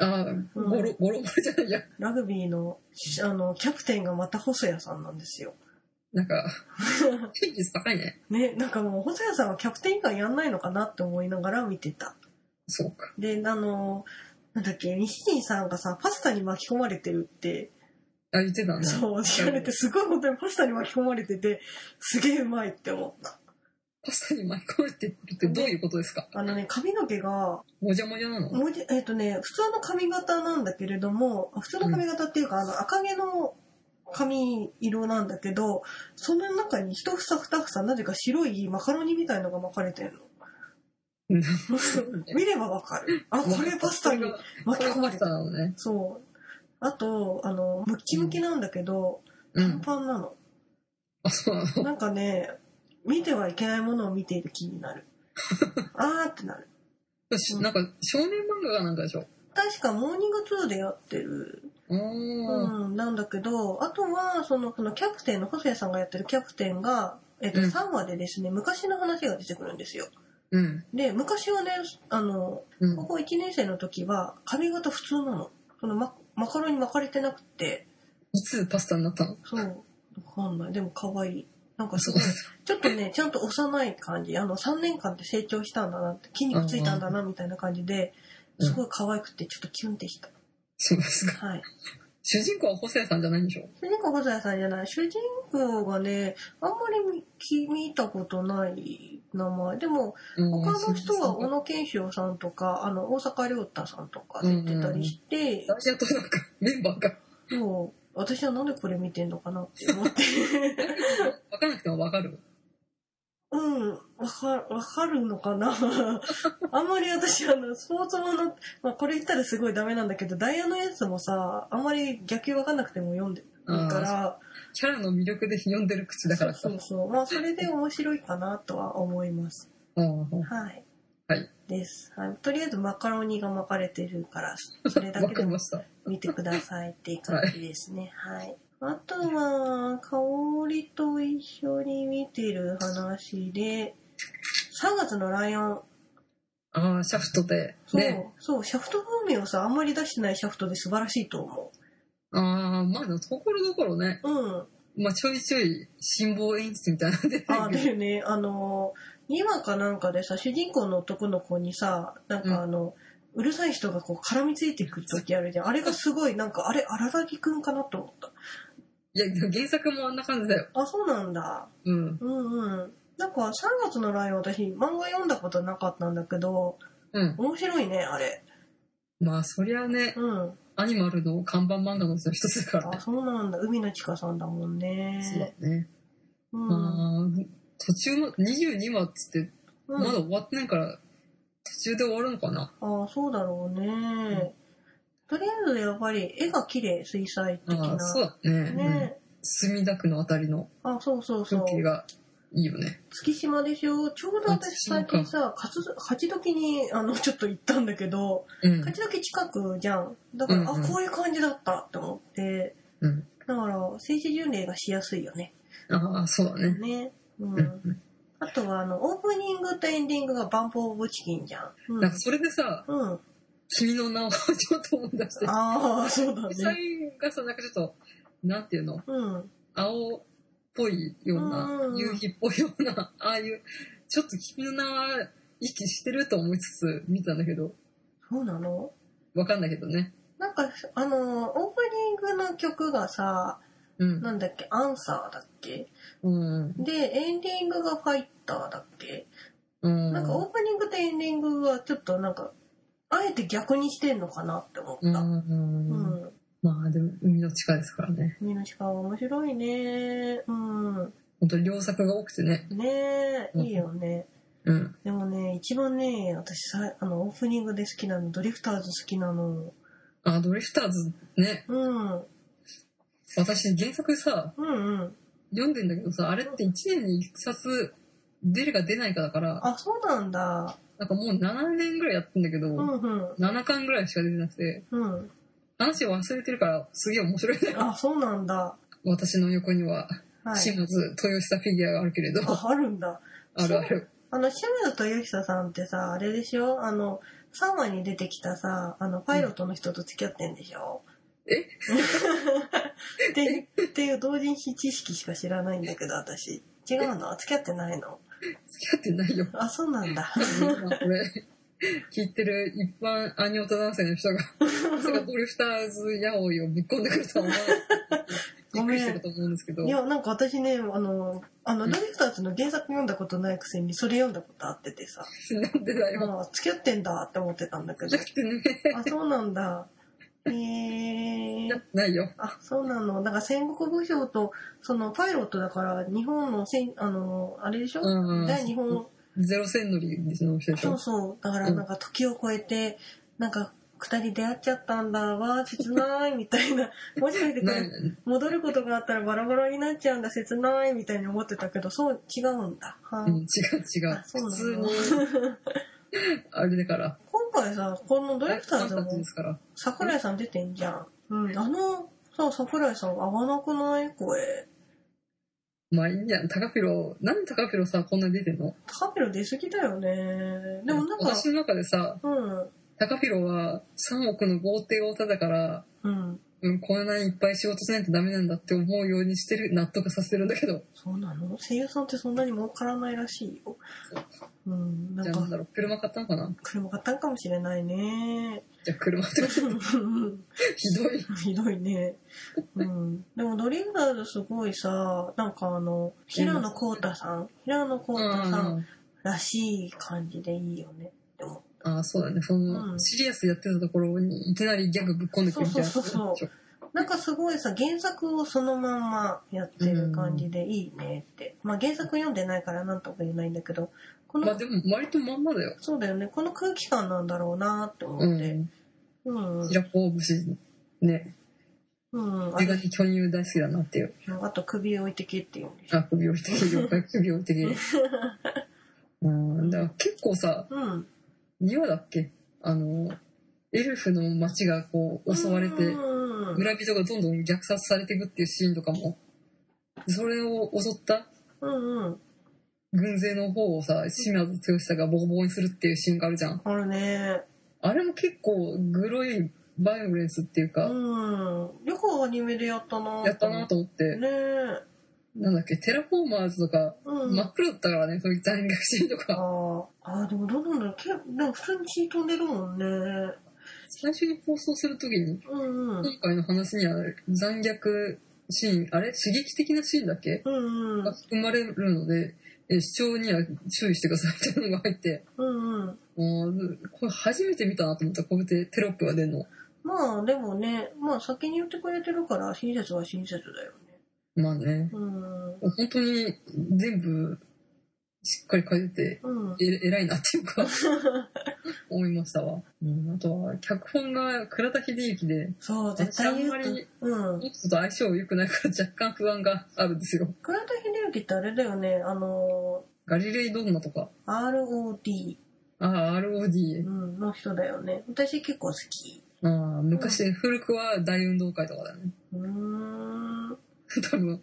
[SPEAKER 1] ああ、ゴロ、ゴロゴロじゃないや。
[SPEAKER 2] ラグビーの、あの、キャプテンがまた細谷さんなんですよ。
[SPEAKER 1] なんか、平率高いね。
[SPEAKER 2] ね、なんかもう、細谷さんはキャプテン以外やんないのかなって思いながら見てた。
[SPEAKER 1] そうか。
[SPEAKER 2] で、あの、なんだっけ、西陣さんがさ、パスタに巻き込まれてるって、
[SPEAKER 1] あ、言ってたね。
[SPEAKER 2] そう、言われて、すごい本当にパスタに巻き込まれてて、すげえうまいって思った。
[SPEAKER 1] パスタに巻き込まれてるってどういうことですか
[SPEAKER 2] あのね、髪の毛が、
[SPEAKER 1] もじゃもじゃなの
[SPEAKER 2] もじえっ、とね、普通の髪型なんだけれども、あ普通の髪型っていうか、あの、赤毛の髪色なんだけど、その中に一房二房、なぜか白いマカロニみたいのが巻かれ てるの。見ればわかる。あ、これパスタに
[SPEAKER 1] こ
[SPEAKER 2] 巻き
[SPEAKER 1] れ
[SPEAKER 2] 込ま
[SPEAKER 1] パ
[SPEAKER 2] れ
[SPEAKER 1] ス
[SPEAKER 2] た
[SPEAKER 1] タ。なのね。
[SPEAKER 2] そう。あと、あの、ムッキムキなんだけど、
[SPEAKER 1] う
[SPEAKER 2] パン
[SPEAKER 1] ん。
[SPEAKER 2] パンなの。
[SPEAKER 1] あ、そうなの。
[SPEAKER 2] なんかね、見てはいけないものを見ている気 になる。あーってなる。
[SPEAKER 1] 私なんか、少年漫画がなんかでしょ。
[SPEAKER 2] 確かモーニング2でやってる
[SPEAKER 1] おー。
[SPEAKER 2] うん、なんだけど、あとは、その、そのキャプテンの、細谷さんがやってるキャプテンが、えっと、
[SPEAKER 1] うん
[SPEAKER 2] 3話でですね、昔の話が出てくるんですよ。
[SPEAKER 1] うん。
[SPEAKER 2] で、昔はね、あの、
[SPEAKER 1] うん。
[SPEAKER 2] 高校1年生の時は、髪型普通なの。その、ま、マカロニ巻かれてなくて、
[SPEAKER 1] いつパスタになったの
[SPEAKER 2] そう、わかんない。でも可愛い。なんかす ごい、ちょっとね、ちゃんと幼い感じ。あの、3年間で成長したんだなって、筋肉ついたんだな、みたいな感じで、
[SPEAKER 1] うん
[SPEAKER 2] すごい可愛くて、ちょっとキュンってした。
[SPEAKER 1] そうですか。
[SPEAKER 2] はい。
[SPEAKER 1] 主人公は細谷さんじゃないんでしょ
[SPEAKER 2] 主人公は細谷さんじゃない。主人公がね、あんまり見見たことない名前。でも、他の人は小
[SPEAKER 1] 同
[SPEAKER 2] 野賢章さんとか、あの、大阪亮太さんとか出てたりして、
[SPEAKER 1] じ。となんか、メンバーが
[SPEAKER 2] もう、私はなんでこれ見てんのかなって思 って。
[SPEAKER 1] 分からなくても分かる。
[SPEAKER 2] うん、わか、わかるのかな あんまり私、あの、スポーツもの、まあ、これ言ったらすごいダメなんだけど、ダイヤのやつもさ、あんまり野球わかんなくても読んでるから、
[SPEAKER 1] キャラの魅力で読んでる口だからさ。
[SPEAKER 2] そうそうそうまあそれで面白いかなとは思います
[SPEAKER 1] うんうん
[SPEAKER 2] はい、
[SPEAKER 1] はい、
[SPEAKER 2] です、はい、とりあえずマカロニが巻かれてるからそれだ
[SPEAKER 1] わ
[SPEAKER 2] け
[SPEAKER 1] か
[SPEAKER 2] で
[SPEAKER 1] り
[SPEAKER 2] も
[SPEAKER 1] ました。
[SPEAKER 2] 見てくださいっていう感じで すねはい、あとは香りと一緒に見てる話で3月のライオン
[SPEAKER 1] ああ、シャフトで。
[SPEAKER 2] そう、
[SPEAKER 1] ね。
[SPEAKER 2] そうシャフト風味をさあんまり出してないシャフトで素晴らしいと思
[SPEAKER 1] ああ、まあ、ところどころね。
[SPEAKER 2] ううん
[SPEAKER 1] まあ、ちょいちょい辛抱演出みたいなので。
[SPEAKER 2] あ、だよね。あの、2話かなんかでさ、主人公の男の子にさ、なんかあの、うるさい人がこう絡みついてくる時あるじゃん。あれがすごい、なんか、あれ、荒垣くんかなと思った。
[SPEAKER 1] いや、でも原作もあんな感じだよ。
[SPEAKER 2] あ、そうなんだ。
[SPEAKER 1] うん。
[SPEAKER 2] うんうん。なんか、3月のライオン私、漫画読んだことなかったんだけど、
[SPEAKER 1] うん。
[SPEAKER 2] 面白いね、あれ。
[SPEAKER 1] まあ、そりゃね、
[SPEAKER 2] うん。
[SPEAKER 1] アニマルの看板漫画のうちの一つだから
[SPEAKER 2] あ、
[SPEAKER 1] ね。
[SPEAKER 2] そうなんだ。海のちかさんだも
[SPEAKER 1] そ
[SPEAKER 2] ん
[SPEAKER 1] う
[SPEAKER 2] ね。
[SPEAKER 1] だね。
[SPEAKER 2] うん。
[SPEAKER 1] まあ、途中の22話っつって、
[SPEAKER 2] うん
[SPEAKER 1] まだ終わってないから、途中で終わるのかな。
[SPEAKER 2] ああ、そうだろうね。とりあえず、やっぱり、絵が綺麗、水彩的
[SPEAKER 1] あ
[SPEAKER 2] な
[SPEAKER 1] あ、。そうだね。うん
[SPEAKER 2] ね。
[SPEAKER 1] 墨田区のあたりの
[SPEAKER 2] あ、そうそうそ
[SPEAKER 1] 風
[SPEAKER 2] う。
[SPEAKER 1] 景がいいよね。
[SPEAKER 2] 月島でしょちょうど
[SPEAKER 1] あ
[SPEAKER 2] 私最近さ、勝八時に、あの、ちょっと行ったんだけど、
[SPEAKER 1] うん。
[SPEAKER 2] 勝どき近くじゃん。だから、
[SPEAKER 1] うんうん
[SPEAKER 2] あ、こういう感じだったって思って、
[SPEAKER 1] うん。
[SPEAKER 2] だから、政治巡礼がしやすいよね。
[SPEAKER 1] ああ、そうだね。
[SPEAKER 2] ね。う
[SPEAKER 1] うん
[SPEAKER 2] ん。あとは、あの、オープニングとエンディングがバンポーブチキンじゃん。
[SPEAKER 1] う。
[SPEAKER 2] うんん。
[SPEAKER 1] なんかそれでさ、
[SPEAKER 2] うん、
[SPEAKER 1] 君の名をちょっと思い出して、
[SPEAKER 2] ああ、そう
[SPEAKER 1] 実
[SPEAKER 2] だね。
[SPEAKER 1] 際がさ、なんかちょっと、なんていうの、
[SPEAKER 2] うん。
[SPEAKER 1] 青っぽいよう
[SPEAKER 2] うん
[SPEAKER 1] な、夕日っぽいような、 ああいう、ちょっと君の名は意識してると思いつつ見たんだけど、
[SPEAKER 2] そうなの
[SPEAKER 1] わかんないけどね。
[SPEAKER 2] なんか、あの、オープニングの曲がさ、
[SPEAKER 1] うん。
[SPEAKER 2] なんだっけ、アンサーだっけ
[SPEAKER 1] うん。
[SPEAKER 2] で、エンディングがファイターだっけ
[SPEAKER 1] うん。
[SPEAKER 2] なんかオープニングとエンディングはちょっとなんか、あえて逆にしてんのかなって思
[SPEAKER 1] う。
[SPEAKER 2] った。うんん。
[SPEAKER 1] まあでも、海の近いですからね。
[SPEAKER 2] 海の鹿は面白いね。うん。
[SPEAKER 1] 本当に良作が多くてね。
[SPEAKER 2] ねえ、いいよね。
[SPEAKER 1] うん。
[SPEAKER 2] でもね、一番ね、私さ、あの、オープニングで好きなの、ドリフターズ好きなの。
[SPEAKER 1] あ、ドリフターズね。
[SPEAKER 2] うん。うん
[SPEAKER 1] 私原作さ、
[SPEAKER 2] うん。
[SPEAKER 1] 読んでんだけどさ、あれって1年に1冊出るか出ないかだから、
[SPEAKER 2] あ、そうなんだ。
[SPEAKER 1] なんかもう7年ぐらいやってんだけど、
[SPEAKER 2] うんうん。
[SPEAKER 1] 7巻ぐらいしか出てなくて、
[SPEAKER 2] うん。
[SPEAKER 1] 話を忘れてるからすげえ面白いね。
[SPEAKER 2] あ、そうなんだ。
[SPEAKER 1] 私の横には、
[SPEAKER 2] はい。
[SPEAKER 1] 島津豊久フィギュアがあるけれど、
[SPEAKER 2] あ、あるんだ。
[SPEAKER 1] あるある。
[SPEAKER 2] あの、清水豊久さんってさ、あれでしょあの、3話に出てきたさ、あの、パイロットの人と付き合ってんでしょ、
[SPEAKER 1] え
[SPEAKER 2] ってっていう同人誌知識しか知らないんだけど、私。違うの付き合ってないの
[SPEAKER 1] 付き合って ないよ。
[SPEAKER 2] あ、そうなんだ。
[SPEAKER 1] 今これ、聞いてる一般アニオタ男性の人 が、まさかドリフターズヤオイをぶっ込んでくる とは思わなくて、びっくりしてると思うんですけど
[SPEAKER 2] い、や、なんか私ね、あの、あの、
[SPEAKER 1] うん
[SPEAKER 2] ドリフターズの原作読んだことないくせに、それ読んだことあっててさ、
[SPEAKER 1] なんでだ よ。
[SPEAKER 2] まあ、付き合ってんだって思ってたんだけ ど
[SPEAKER 1] だっ。てね、
[SPEAKER 2] あ、そうなんだ。へえー。
[SPEAKER 1] ないよ。
[SPEAKER 2] あ、そうなの。だから戦国武将と、そのパイロットだから、日本の戦、あの、あれでしょ
[SPEAKER 1] うんうん
[SPEAKER 2] 大日本、
[SPEAKER 1] ゼロ戦乗りの人でし
[SPEAKER 2] そ
[SPEAKER 1] ょ
[SPEAKER 2] う。そう。だからなんか時を超えて、なんか、二人出会っちゃったんだわー切ないみた いなもしかしてこ
[SPEAKER 1] な
[SPEAKER 2] れ
[SPEAKER 1] い
[SPEAKER 2] 戻ることがあったらバラバラになっちゃうんだ切ないみたいに思ってたけどそう違うんだ、は
[SPEAKER 1] う
[SPEAKER 2] い
[SPEAKER 1] ん、違う違う
[SPEAKER 2] あ。そう
[SPEAKER 1] 普
[SPEAKER 2] な
[SPEAKER 1] 通
[SPEAKER 2] の
[SPEAKER 1] に、 あれだから、
[SPEAKER 2] 今回さこのド
[SPEAKER 1] あ
[SPEAKER 2] リ
[SPEAKER 1] れ
[SPEAKER 2] フタ
[SPEAKER 1] ファ
[SPEAKER 2] ー
[SPEAKER 1] ン
[SPEAKER 2] ズ
[SPEAKER 1] タジー
[SPEAKER 2] も
[SPEAKER 1] ですから。
[SPEAKER 2] 桜井さん出てんじゃん。うん。あの、さ、桜井さん合わなくない声。
[SPEAKER 1] まあいいや、タカピロ、なんでタカピロさ、こんなに出てんの
[SPEAKER 2] カメラ出過ぎだよね。でもなんか
[SPEAKER 1] 私、の中でさ、
[SPEAKER 2] うん。
[SPEAKER 1] タカピロは3億の豪邸をただから、
[SPEAKER 2] うん。
[SPEAKER 1] うん、こんなにいっぱい仕事しないとダメなんだって思うようにしてる、納得させてるんだけど、
[SPEAKER 2] そうなの声優さんってそんなに儲からないらしいよ。うん。な
[SPEAKER 1] じゃ
[SPEAKER 2] ん
[SPEAKER 1] あなんだ
[SPEAKER 2] か、
[SPEAKER 1] ろう、車買ったのかな
[SPEAKER 2] 車買ったんかもしれないね。
[SPEAKER 1] じゃあ車って、
[SPEAKER 2] うん
[SPEAKER 1] ひどい。
[SPEAKER 2] ひどいね。うん。でもドリフターズすごいさ、なんかあの、平野幸太さん、平野幸太さん
[SPEAKER 1] あ
[SPEAKER 2] らしい感じでいいよね。でも、
[SPEAKER 1] あー、そうだね。その、
[SPEAKER 2] うん
[SPEAKER 1] シリアスやってたところにいきなりギャグぶっ込んでくるみたいな。
[SPEAKER 2] そうそうそうなんかすごいさ原作をそのまんまやってる感じでいいねって、まあ原作読んでないから何とも言えないんだけどこの、
[SPEAKER 1] まあでも、割とまんまだよ。
[SPEAKER 2] そうだよねこの空気感なんだろうなって
[SPEAKER 1] う
[SPEAKER 2] 思って
[SPEAKER 1] ん。
[SPEAKER 2] うん、うん
[SPEAKER 1] 白子節、ね。
[SPEAKER 2] うんあ
[SPEAKER 1] 映画に巨乳大好きだなっていう。
[SPEAKER 2] とあと首を置いてけっていうんでしょ
[SPEAKER 1] あ、首を置いてきて、了解首を置いてきて。うん。だから結構さ、
[SPEAKER 2] うん
[SPEAKER 1] 庭だっけあの、エルフの町がこう、襲われて
[SPEAKER 2] う、ん
[SPEAKER 1] 村人がどんどん虐殺されていくっていうシーンとかも、それを襲った
[SPEAKER 2] うんうん
[SPEAKER 1] 軍勢の方をさ、島津剛がボコボコにするっていうシーンがあるじゃん。
[SPEAKER 2] あるね
[SPEAKER 1] あれも結構グロいバイオレンスっていう
[SPEAKER 2] う
[SPEAKER 1] か、
[SPEAKER 2] んよくアニメでやったな
[SPEAKER 1] やったなと思って、
[SPEAKER 2] ねえ
[SPEAKER 1] なんだっけ、テラフォーマーズとか、
[SPEAKER 2] うん
[SPEAKER 1] 真っ黒だったからね、そういう残虐シーンとか。
[SPEAKER 2] あーあーでもどうなんだろうけでも普通に血飛んでるもんね
[SPEAKER 1] 最初に放送するときに、
[SPEAKER 2] うんうん
[SPEAKER 1] 今回の話には残虐シーン、あれ刺激的なシーンだっけ
[SPEAKER 2] うんうん
[SPEAKER 1] が含まれるので、え視聴には注意してくださいみたいなのが入って、
[SPEAKER 2] うんうん
[SPEAKER 1] もう、これ初めて見たなと思った、こうやってテロップが出るの。
[SPEAKER 2] まあでもね、まあ先に言ってくれてるから親切は親切だよね。
[SPEAKER 1] まあね、
[SPEAKER 2] うん。
[SPEAKER 1] 本当に全部しっかり書いて
[SPEAKER 2] うん。
[SPEAKER 1] て、え偉いなっていう か、思いましたわ。うん、あとは、脚本が倉田秀之で、
[SPEAKER 2] そう、絶
[SPEAKER 1] 私あ
[SPEAKER 2] 対
[SPEAKER 1] ん
[SPEAKER 2] 言
[SPEAKER 1] ま
[SPEAKER 2] うと
[SPEAKER 1] り、
[SPEAKER 2] うん。
[SPEAKER 1] 僕と相性良くないから若干不安があるんですよ。
[SPEAKER 2] 倉田秀之ってあれだよね、あの
[SPEAKER 1] ガリレイドンナとか、
[SPEAKER 2] ー、ROD
[SPEAKER 1] ああ、
[SPEAKER 2] う
[SPEAKER 1] ROD、
[SPEAKER 2] んの人だよね。私結構好き。
[SPEAKER 1] ああ昔、古くは大運動会とかだよね。
[SPEAKER 2] うーん。
[SPEAKER 1] 多分、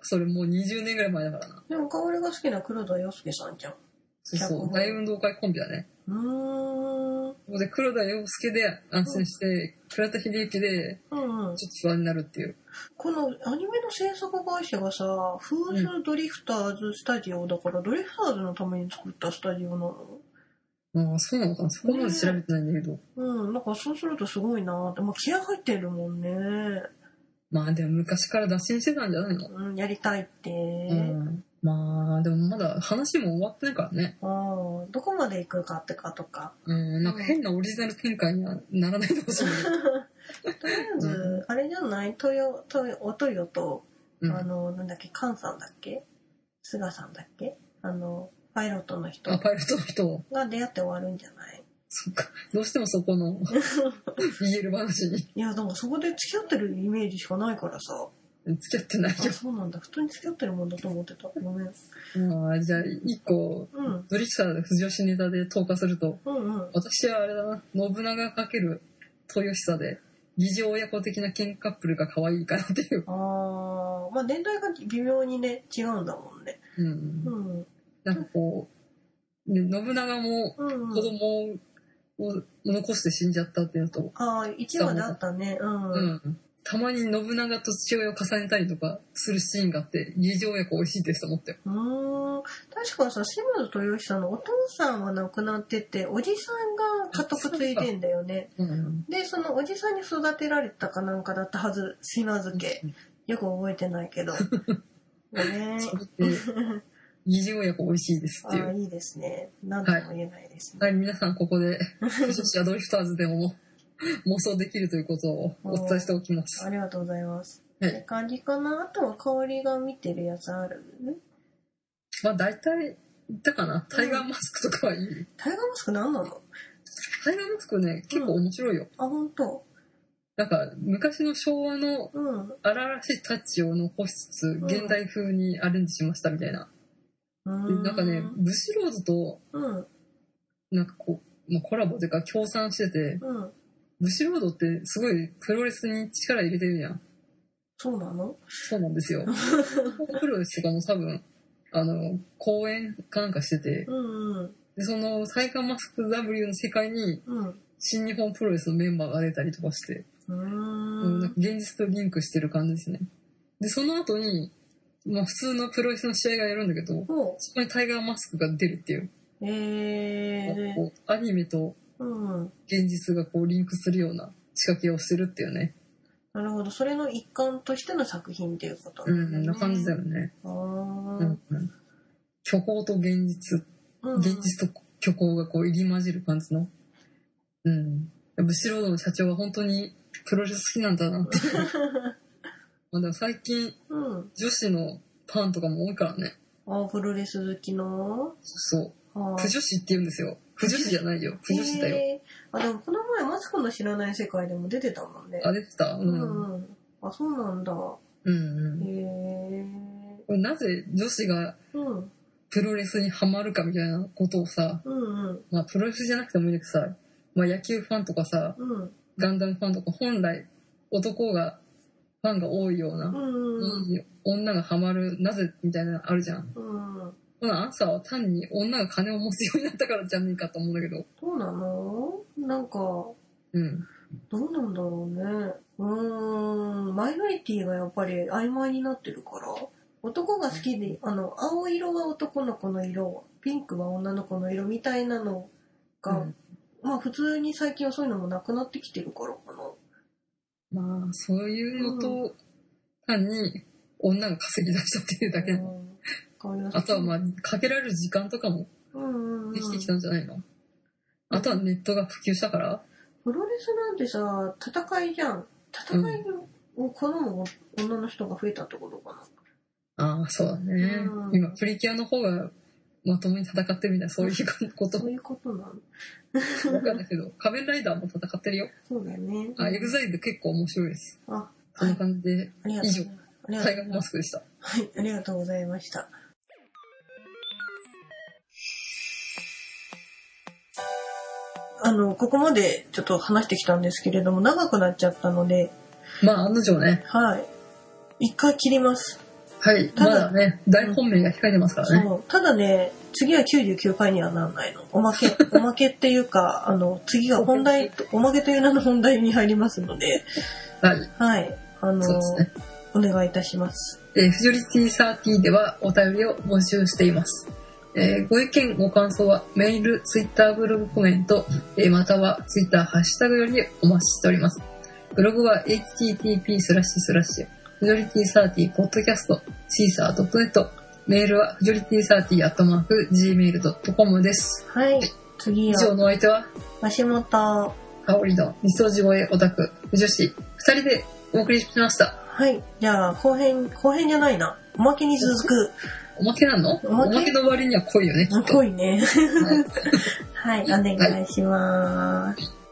[SPEAKER 1] それもう20年ぐらい前だからな。
[SPEAKER 2] でも、香りが好きな黒田洋介さんじゃん。
[SPEAKER 1] そう
[SPEAKER 2] 脚
[SPEAKER 1] そう、
[SPEAKER 2] 本
[SPEAKER 1] 大運動会コンビだね。
[SPEAKER 2] うーん。
[SPEAKER 1] ここで黒田洋介で安心して、倉田秀之で
[SPEAKER 2] うんうん。
[SPEAKER 1] ちょっと不安になるっていう。
[SPEAKER 2] このアニメの制作会社がさ、フーズドリフターズスタジオだから、ドリフターズのために作ったスタジオなの
[SPEAKER 1] ああ、そうなのかな。そこまで調べてないんだけど。
[SPEAKER 2] うん、なんかそうするとすごいなって、もう気合入ってるもんね。
[SPEAKER 1] まあでも昔から打診してたんじゃないの、
[SPEAKER 2] うん、やりたいって。
[SPEAKER 1] うん。まあ、でもまだ話も終わってないからね。
[SPEAKER 2] うん、どこまで行くかってかとか。
[SPEAKER 1] うん、なんか変なオリジナル展開にはならないでほしいね。
[SPEAKER 2] とりあえず、
[SPEAKER 1] う
[SPEAKER 2] あれじゃない豊、豊、おとよと、
[SPEAKER 1] う
[SPEAKER 2] あ
[SPEAKER 1] ん。
[SPEAKER 2] の、なんだっけ、カンさんだっけ菅さんだっけあの、パイロットの人
[SPEAKER 1] あ、パイロットの人を、
[SPEAKER 2] が出会って終わるんじゃない
[SPEAKER 1] そっか、どうしてもそこの言える話に。
[SPEAKER 2] いや、でもそこで付き合ってるイメージしかないからさ。
[SPEAKER 1] 付き合ってない
[SPEAKER 2] あ、そうなんだ。普通に付き合ってるもんだと思ってた。ごめん。
[SPEAKER 1] よ。ああ、じゃあ、一個、
[SPEAKER 2] うん。
[SPEAKER 1] ブリキサーで藤吉ネタで投下すると、
[SPEAKER 2] うんうん。
[SPEAKER 1] 私はあれだな、信長かける豊久で、疑似親子的な喧カップルが可愛いかなっていう。
[SPEAKER 2] あー、まあ年代が微妙にね、違うんだもんね。
[SPEAKER 1] うん
[SPEAKER 2] う。ん。
[SPEAKER 1] なんかこう、ね、信長も
[SPEAKER 2] うん、う
[SPEAKER 1] 子
[SPEAKER 2] ん。
[SPEAKER 1] 供を残して死んじゃったっていうのと、
[SPEAKER 2] あー、1話であったね。うん。
[SPEAKER 1] う。ん。たまに信長と父親を重ねたりとかするシーンがあって、疑似親子美味しいですと思ったよ。
[SPEAKER 2] うーん確かさ島津豊久のお父さんは亡くなってておじさんが家督継いでんだよね
[SPEAKER 1] うん。
[SPEAKER 2] でそのおじさんに育てられたかなんかだったはず島津家よく覚えてない けどごめん
[SPEAKER 1] それって、疑似親子美味しいです
[SPEAKER 2] あ
[SPEAKER 1] っていう
[SPEAKER 2] あ。いいですね何とも言えないですね、
[SPEAKER 1] はい、皆さんここ で、女子はドリフターズでも 妄想できるということをお伝えしておきます。
[SPEAKER 2] ありがとうございます、
[SPEAKER 1] はい
[SPEAKER 2] って感じかなあとは香りが見てるやつある
[SPEAKER 1] まあ大体言ったかな。タイガーマスクとかはいい。
[SPEAKER 2] タイガーマスク何なの
[SPEAKER 1] タイガーマスクね、結構面白いよ。
[SPEAKER 2] あ本当
[SPEAKER 1] なんか昔の昭和の
[SPEAKER 2] うん
[SPEAKER 1] 荒々しいタッチを残しつつ、
[SPEAKER 2] ん
[SPEAKER 1] 現代風にアレンジしましたみたいな。
[SPEAKER 2] う
[SPEAKER 1] で
[SPEAKER 2] ーん
[SPEAKER 1] なんかね、ブシローズと
[SPEAKER 2] うん
[SPEAKER 1] なんかこう、まあ、コラボというか協賛してて、
[SPEAKER 2] うん
[SPEAKER 1] ブシロードってすごいプロレスに力入れてるやん。
[SPEAKER 2] そうなの
[SPEAKER 1] そうなんです よ。プロレスとかも多分、あの、公演かなんかしてて、
[SPEAKER 2] うんうん
[SPEAKER 1] でその、タイガーマスク W の世界に、
[SPEAKER 2] うん
[SPEAKER 1] 新日本プロレスのメンバーが出たりとかして、
[SPEAKER 2] うー
[SPEAKER 1] うんなん
[SPEAKER 2] ん
[SPEAKER 1] か現実とリンクしてる感じですね。で、その後に、まあ普通のプロレスの試合がやるんだけど、
[SPEAKER 2] ほ
[SPEAKER 1] そこにタイガーマスクが出るっていう、
[SPEAKER 2] う。えー、
[SPEAKER 1] こうアニメと
[SPEAKER 2] うん。
[SPEAKER 1] 現実がこうリンクするような仕掛けをしてるっていうね。
[SPEAKER 2] なるほど。それの一環としての作品っていうこと
[SPEAKER 1] うん、こんな感じだよ。ね。
[SPEAKER 2] あ
[SPEAKER 1] う
[SPEAKER 2] ー
[SPEAKER 1] ん。うん虚構と現実
[SPEAKER 2] うん。
[SPEAKER 1] 現実と虚構がこう入り混じる感じの。うん。ブシロードの社長は本当にプロレス好きなんだな って。まあでも最近
[SPEAKER 2] うん。
[SPEAKER 1] 女子のファンとかも多いからね。
[SPEAKER 2] あープロレス好きの
[SPEAKER 1] そう。
[SPEAKER 2] あー
[SPEAKER 1] 不女子って言うんですよ。不女子じゃないよ。不女子だよ。
[SPEAKER 2] へーあ、でもこの前、マツコの知らない世界でも出てたもんね。
[SPEAKER 1] あ、出てたう。
[SPEAKER 2] うんんうん。あ、そうなんだ。
[SPEAKER 1] うんう
[SPEAKER 2] へ
[SPEAKER 1] ん。
[SPEAKER 2] え。
[SPEAKER 1] これなぜ女子が
[SPEAKER 2] うん。
[SPEAKER 1] プロレスにハマるかみたいなことをさ、
[SPEAKER 2] うんうん。
[SPEAKER 1] まあプロレスじゃなくてもいいけどさ、まあ野球ファンとかさ、
[SPEAKER 2] うん。
[SPEAKER 1] ガンダムファンとか本来男がファンが多いような
[SPEAKER 2] うんうん。
[SPEAKER 1] 女がハマるなぜみたいなのあるじゃん。
[SPEAKER 2] うん。
[SPEAKER 1] ほなアンサーは単に女が金を持つようになったからじゃねえかと思うんだけど。
[SPEAKER 2] どうなのなんか、
[SPEAKER 1] うん。
[SPEAKER 2] どうなんだろうね。うーん、マイノリティがやっぱり曖昧になってるから、男が好きで、あの、青色は男の子の色、ピンクは女の子の色みたいなのが、
[SPEAKER 1] うん
[SPEAKER 2] まあ普通に最近はそういうのもなくなってきてるからかな。
[SPEAKER 1] まあそういうのと、
[SPEAKER 2] う
[SPEAKER 1] 単に女が稼ぎ出したっていうだけなの。
[SPEAKER 2] うん
[SPEAKER 1] あとはま
[SPEAKER 2] あ、
[SPEAKER 1] あかけられる時間とかも
[SPEAKER 2] うんうんうん
[SPEAKER 1] できてきたんじゃないの、あとはネットが普及したから。
[SPEAKER 2] プロレスなんてさ、戦いじゃん。戦いを好む女の人が増えたってことかな。
[SPEAKER 1] ああ、そうだね。
[SPEAKER 2] うん
[SPEAKER 1] 今プリキュアの方がまともに戦ってるみたいなそういう こと
[SPEAKER 2] そういうことなの。
[SPEAKER 1] わかんないけど、仮面ライダーも戦ってるよ。
[SPEAKER 2] そうだよね。
[SPEAKER 1] あ、エグザイル結構面白いです。
[SPEAKER 2] あ、
[SPEAKER 1] こんな感じで、
[SPEAKER 2] ありがとうございます。ありがと
[SPEAKER 1] タ
[SPEAKER 2] う
[SPEAKER 1] イ
[SPEAKER 2] ご
[SPEAKER 1] ガ
[SPEAKER 2] ざい
[SPEAKER 1] ー
[SPEAKER 2] ます
[SPEAKER 1] マスクでした。
[SPEAKER 2] はい、ありがとうございました。あの、ここまでちょっと話してきたんですけれども、長くなっちゃったので、
[SPEAKER 1] まあ、案の定ね。
[SPEAKER 2] はい。一回切ります。
[SPEAKER 1] はい。
[SPEAKER 2] た
[SPEAKER 1] ま
[SPEAKER 2] だ
[SPEAKER 1] だね、大本命が控えてますからね。
[SPEAKER 2] そう。ただね、次は99回にはなんないの。お まけ、おまけっていうか、あの、次が本題、おまけという名の本題に入りますので、
[SPEAKER 1] はい。
[SPEAKER 2] はい。あの、
[SPEAKER 1] そうですね。
[SPEAKER 2] お願いいたします。
[SPEAKER 1] えー、フジョリティサーティではお便りを募集しています。えーご意見、ご感想はメール、ツイッターブログコメント、えーまたはツイッターハッシュタグよりお待ちしております。ブログは http スラッシュスラッシュ、フジョリティサーティポッドキャスト、シーサー .net、メールはフジョリティサーティアットマーク、gmail.com です。
[SPEAKER 2] はい。次
[SPEAKER 1] 以上
[SPEAKER 2] は、
[SPEAKER 1] のお相手は、
[SPEAKER 2] 橋本。
[SPEAKER 1] 香りのみそじ越えオタク、女子、二人でお送りしました。
[SPEAKER 2] はい。じゃあ、後編、後編じゃないな。おまけに続く。
[SPEAKER 1] おまけなの
[SPEAKER 2] お
[SPEAKER 1] お
[SPEAKER 2] ま
[SPEAKER 1] まけ
[SPEAKER 2] け
[SPEAKER 1] の割には濃いよね、きっ
[SPEAKER 2] す
[SPEAKER 1] と。
[SPEAKER 2] ごいね。
[SPEAKER 1] はい
[SPEAKER 2] はい、お願いします。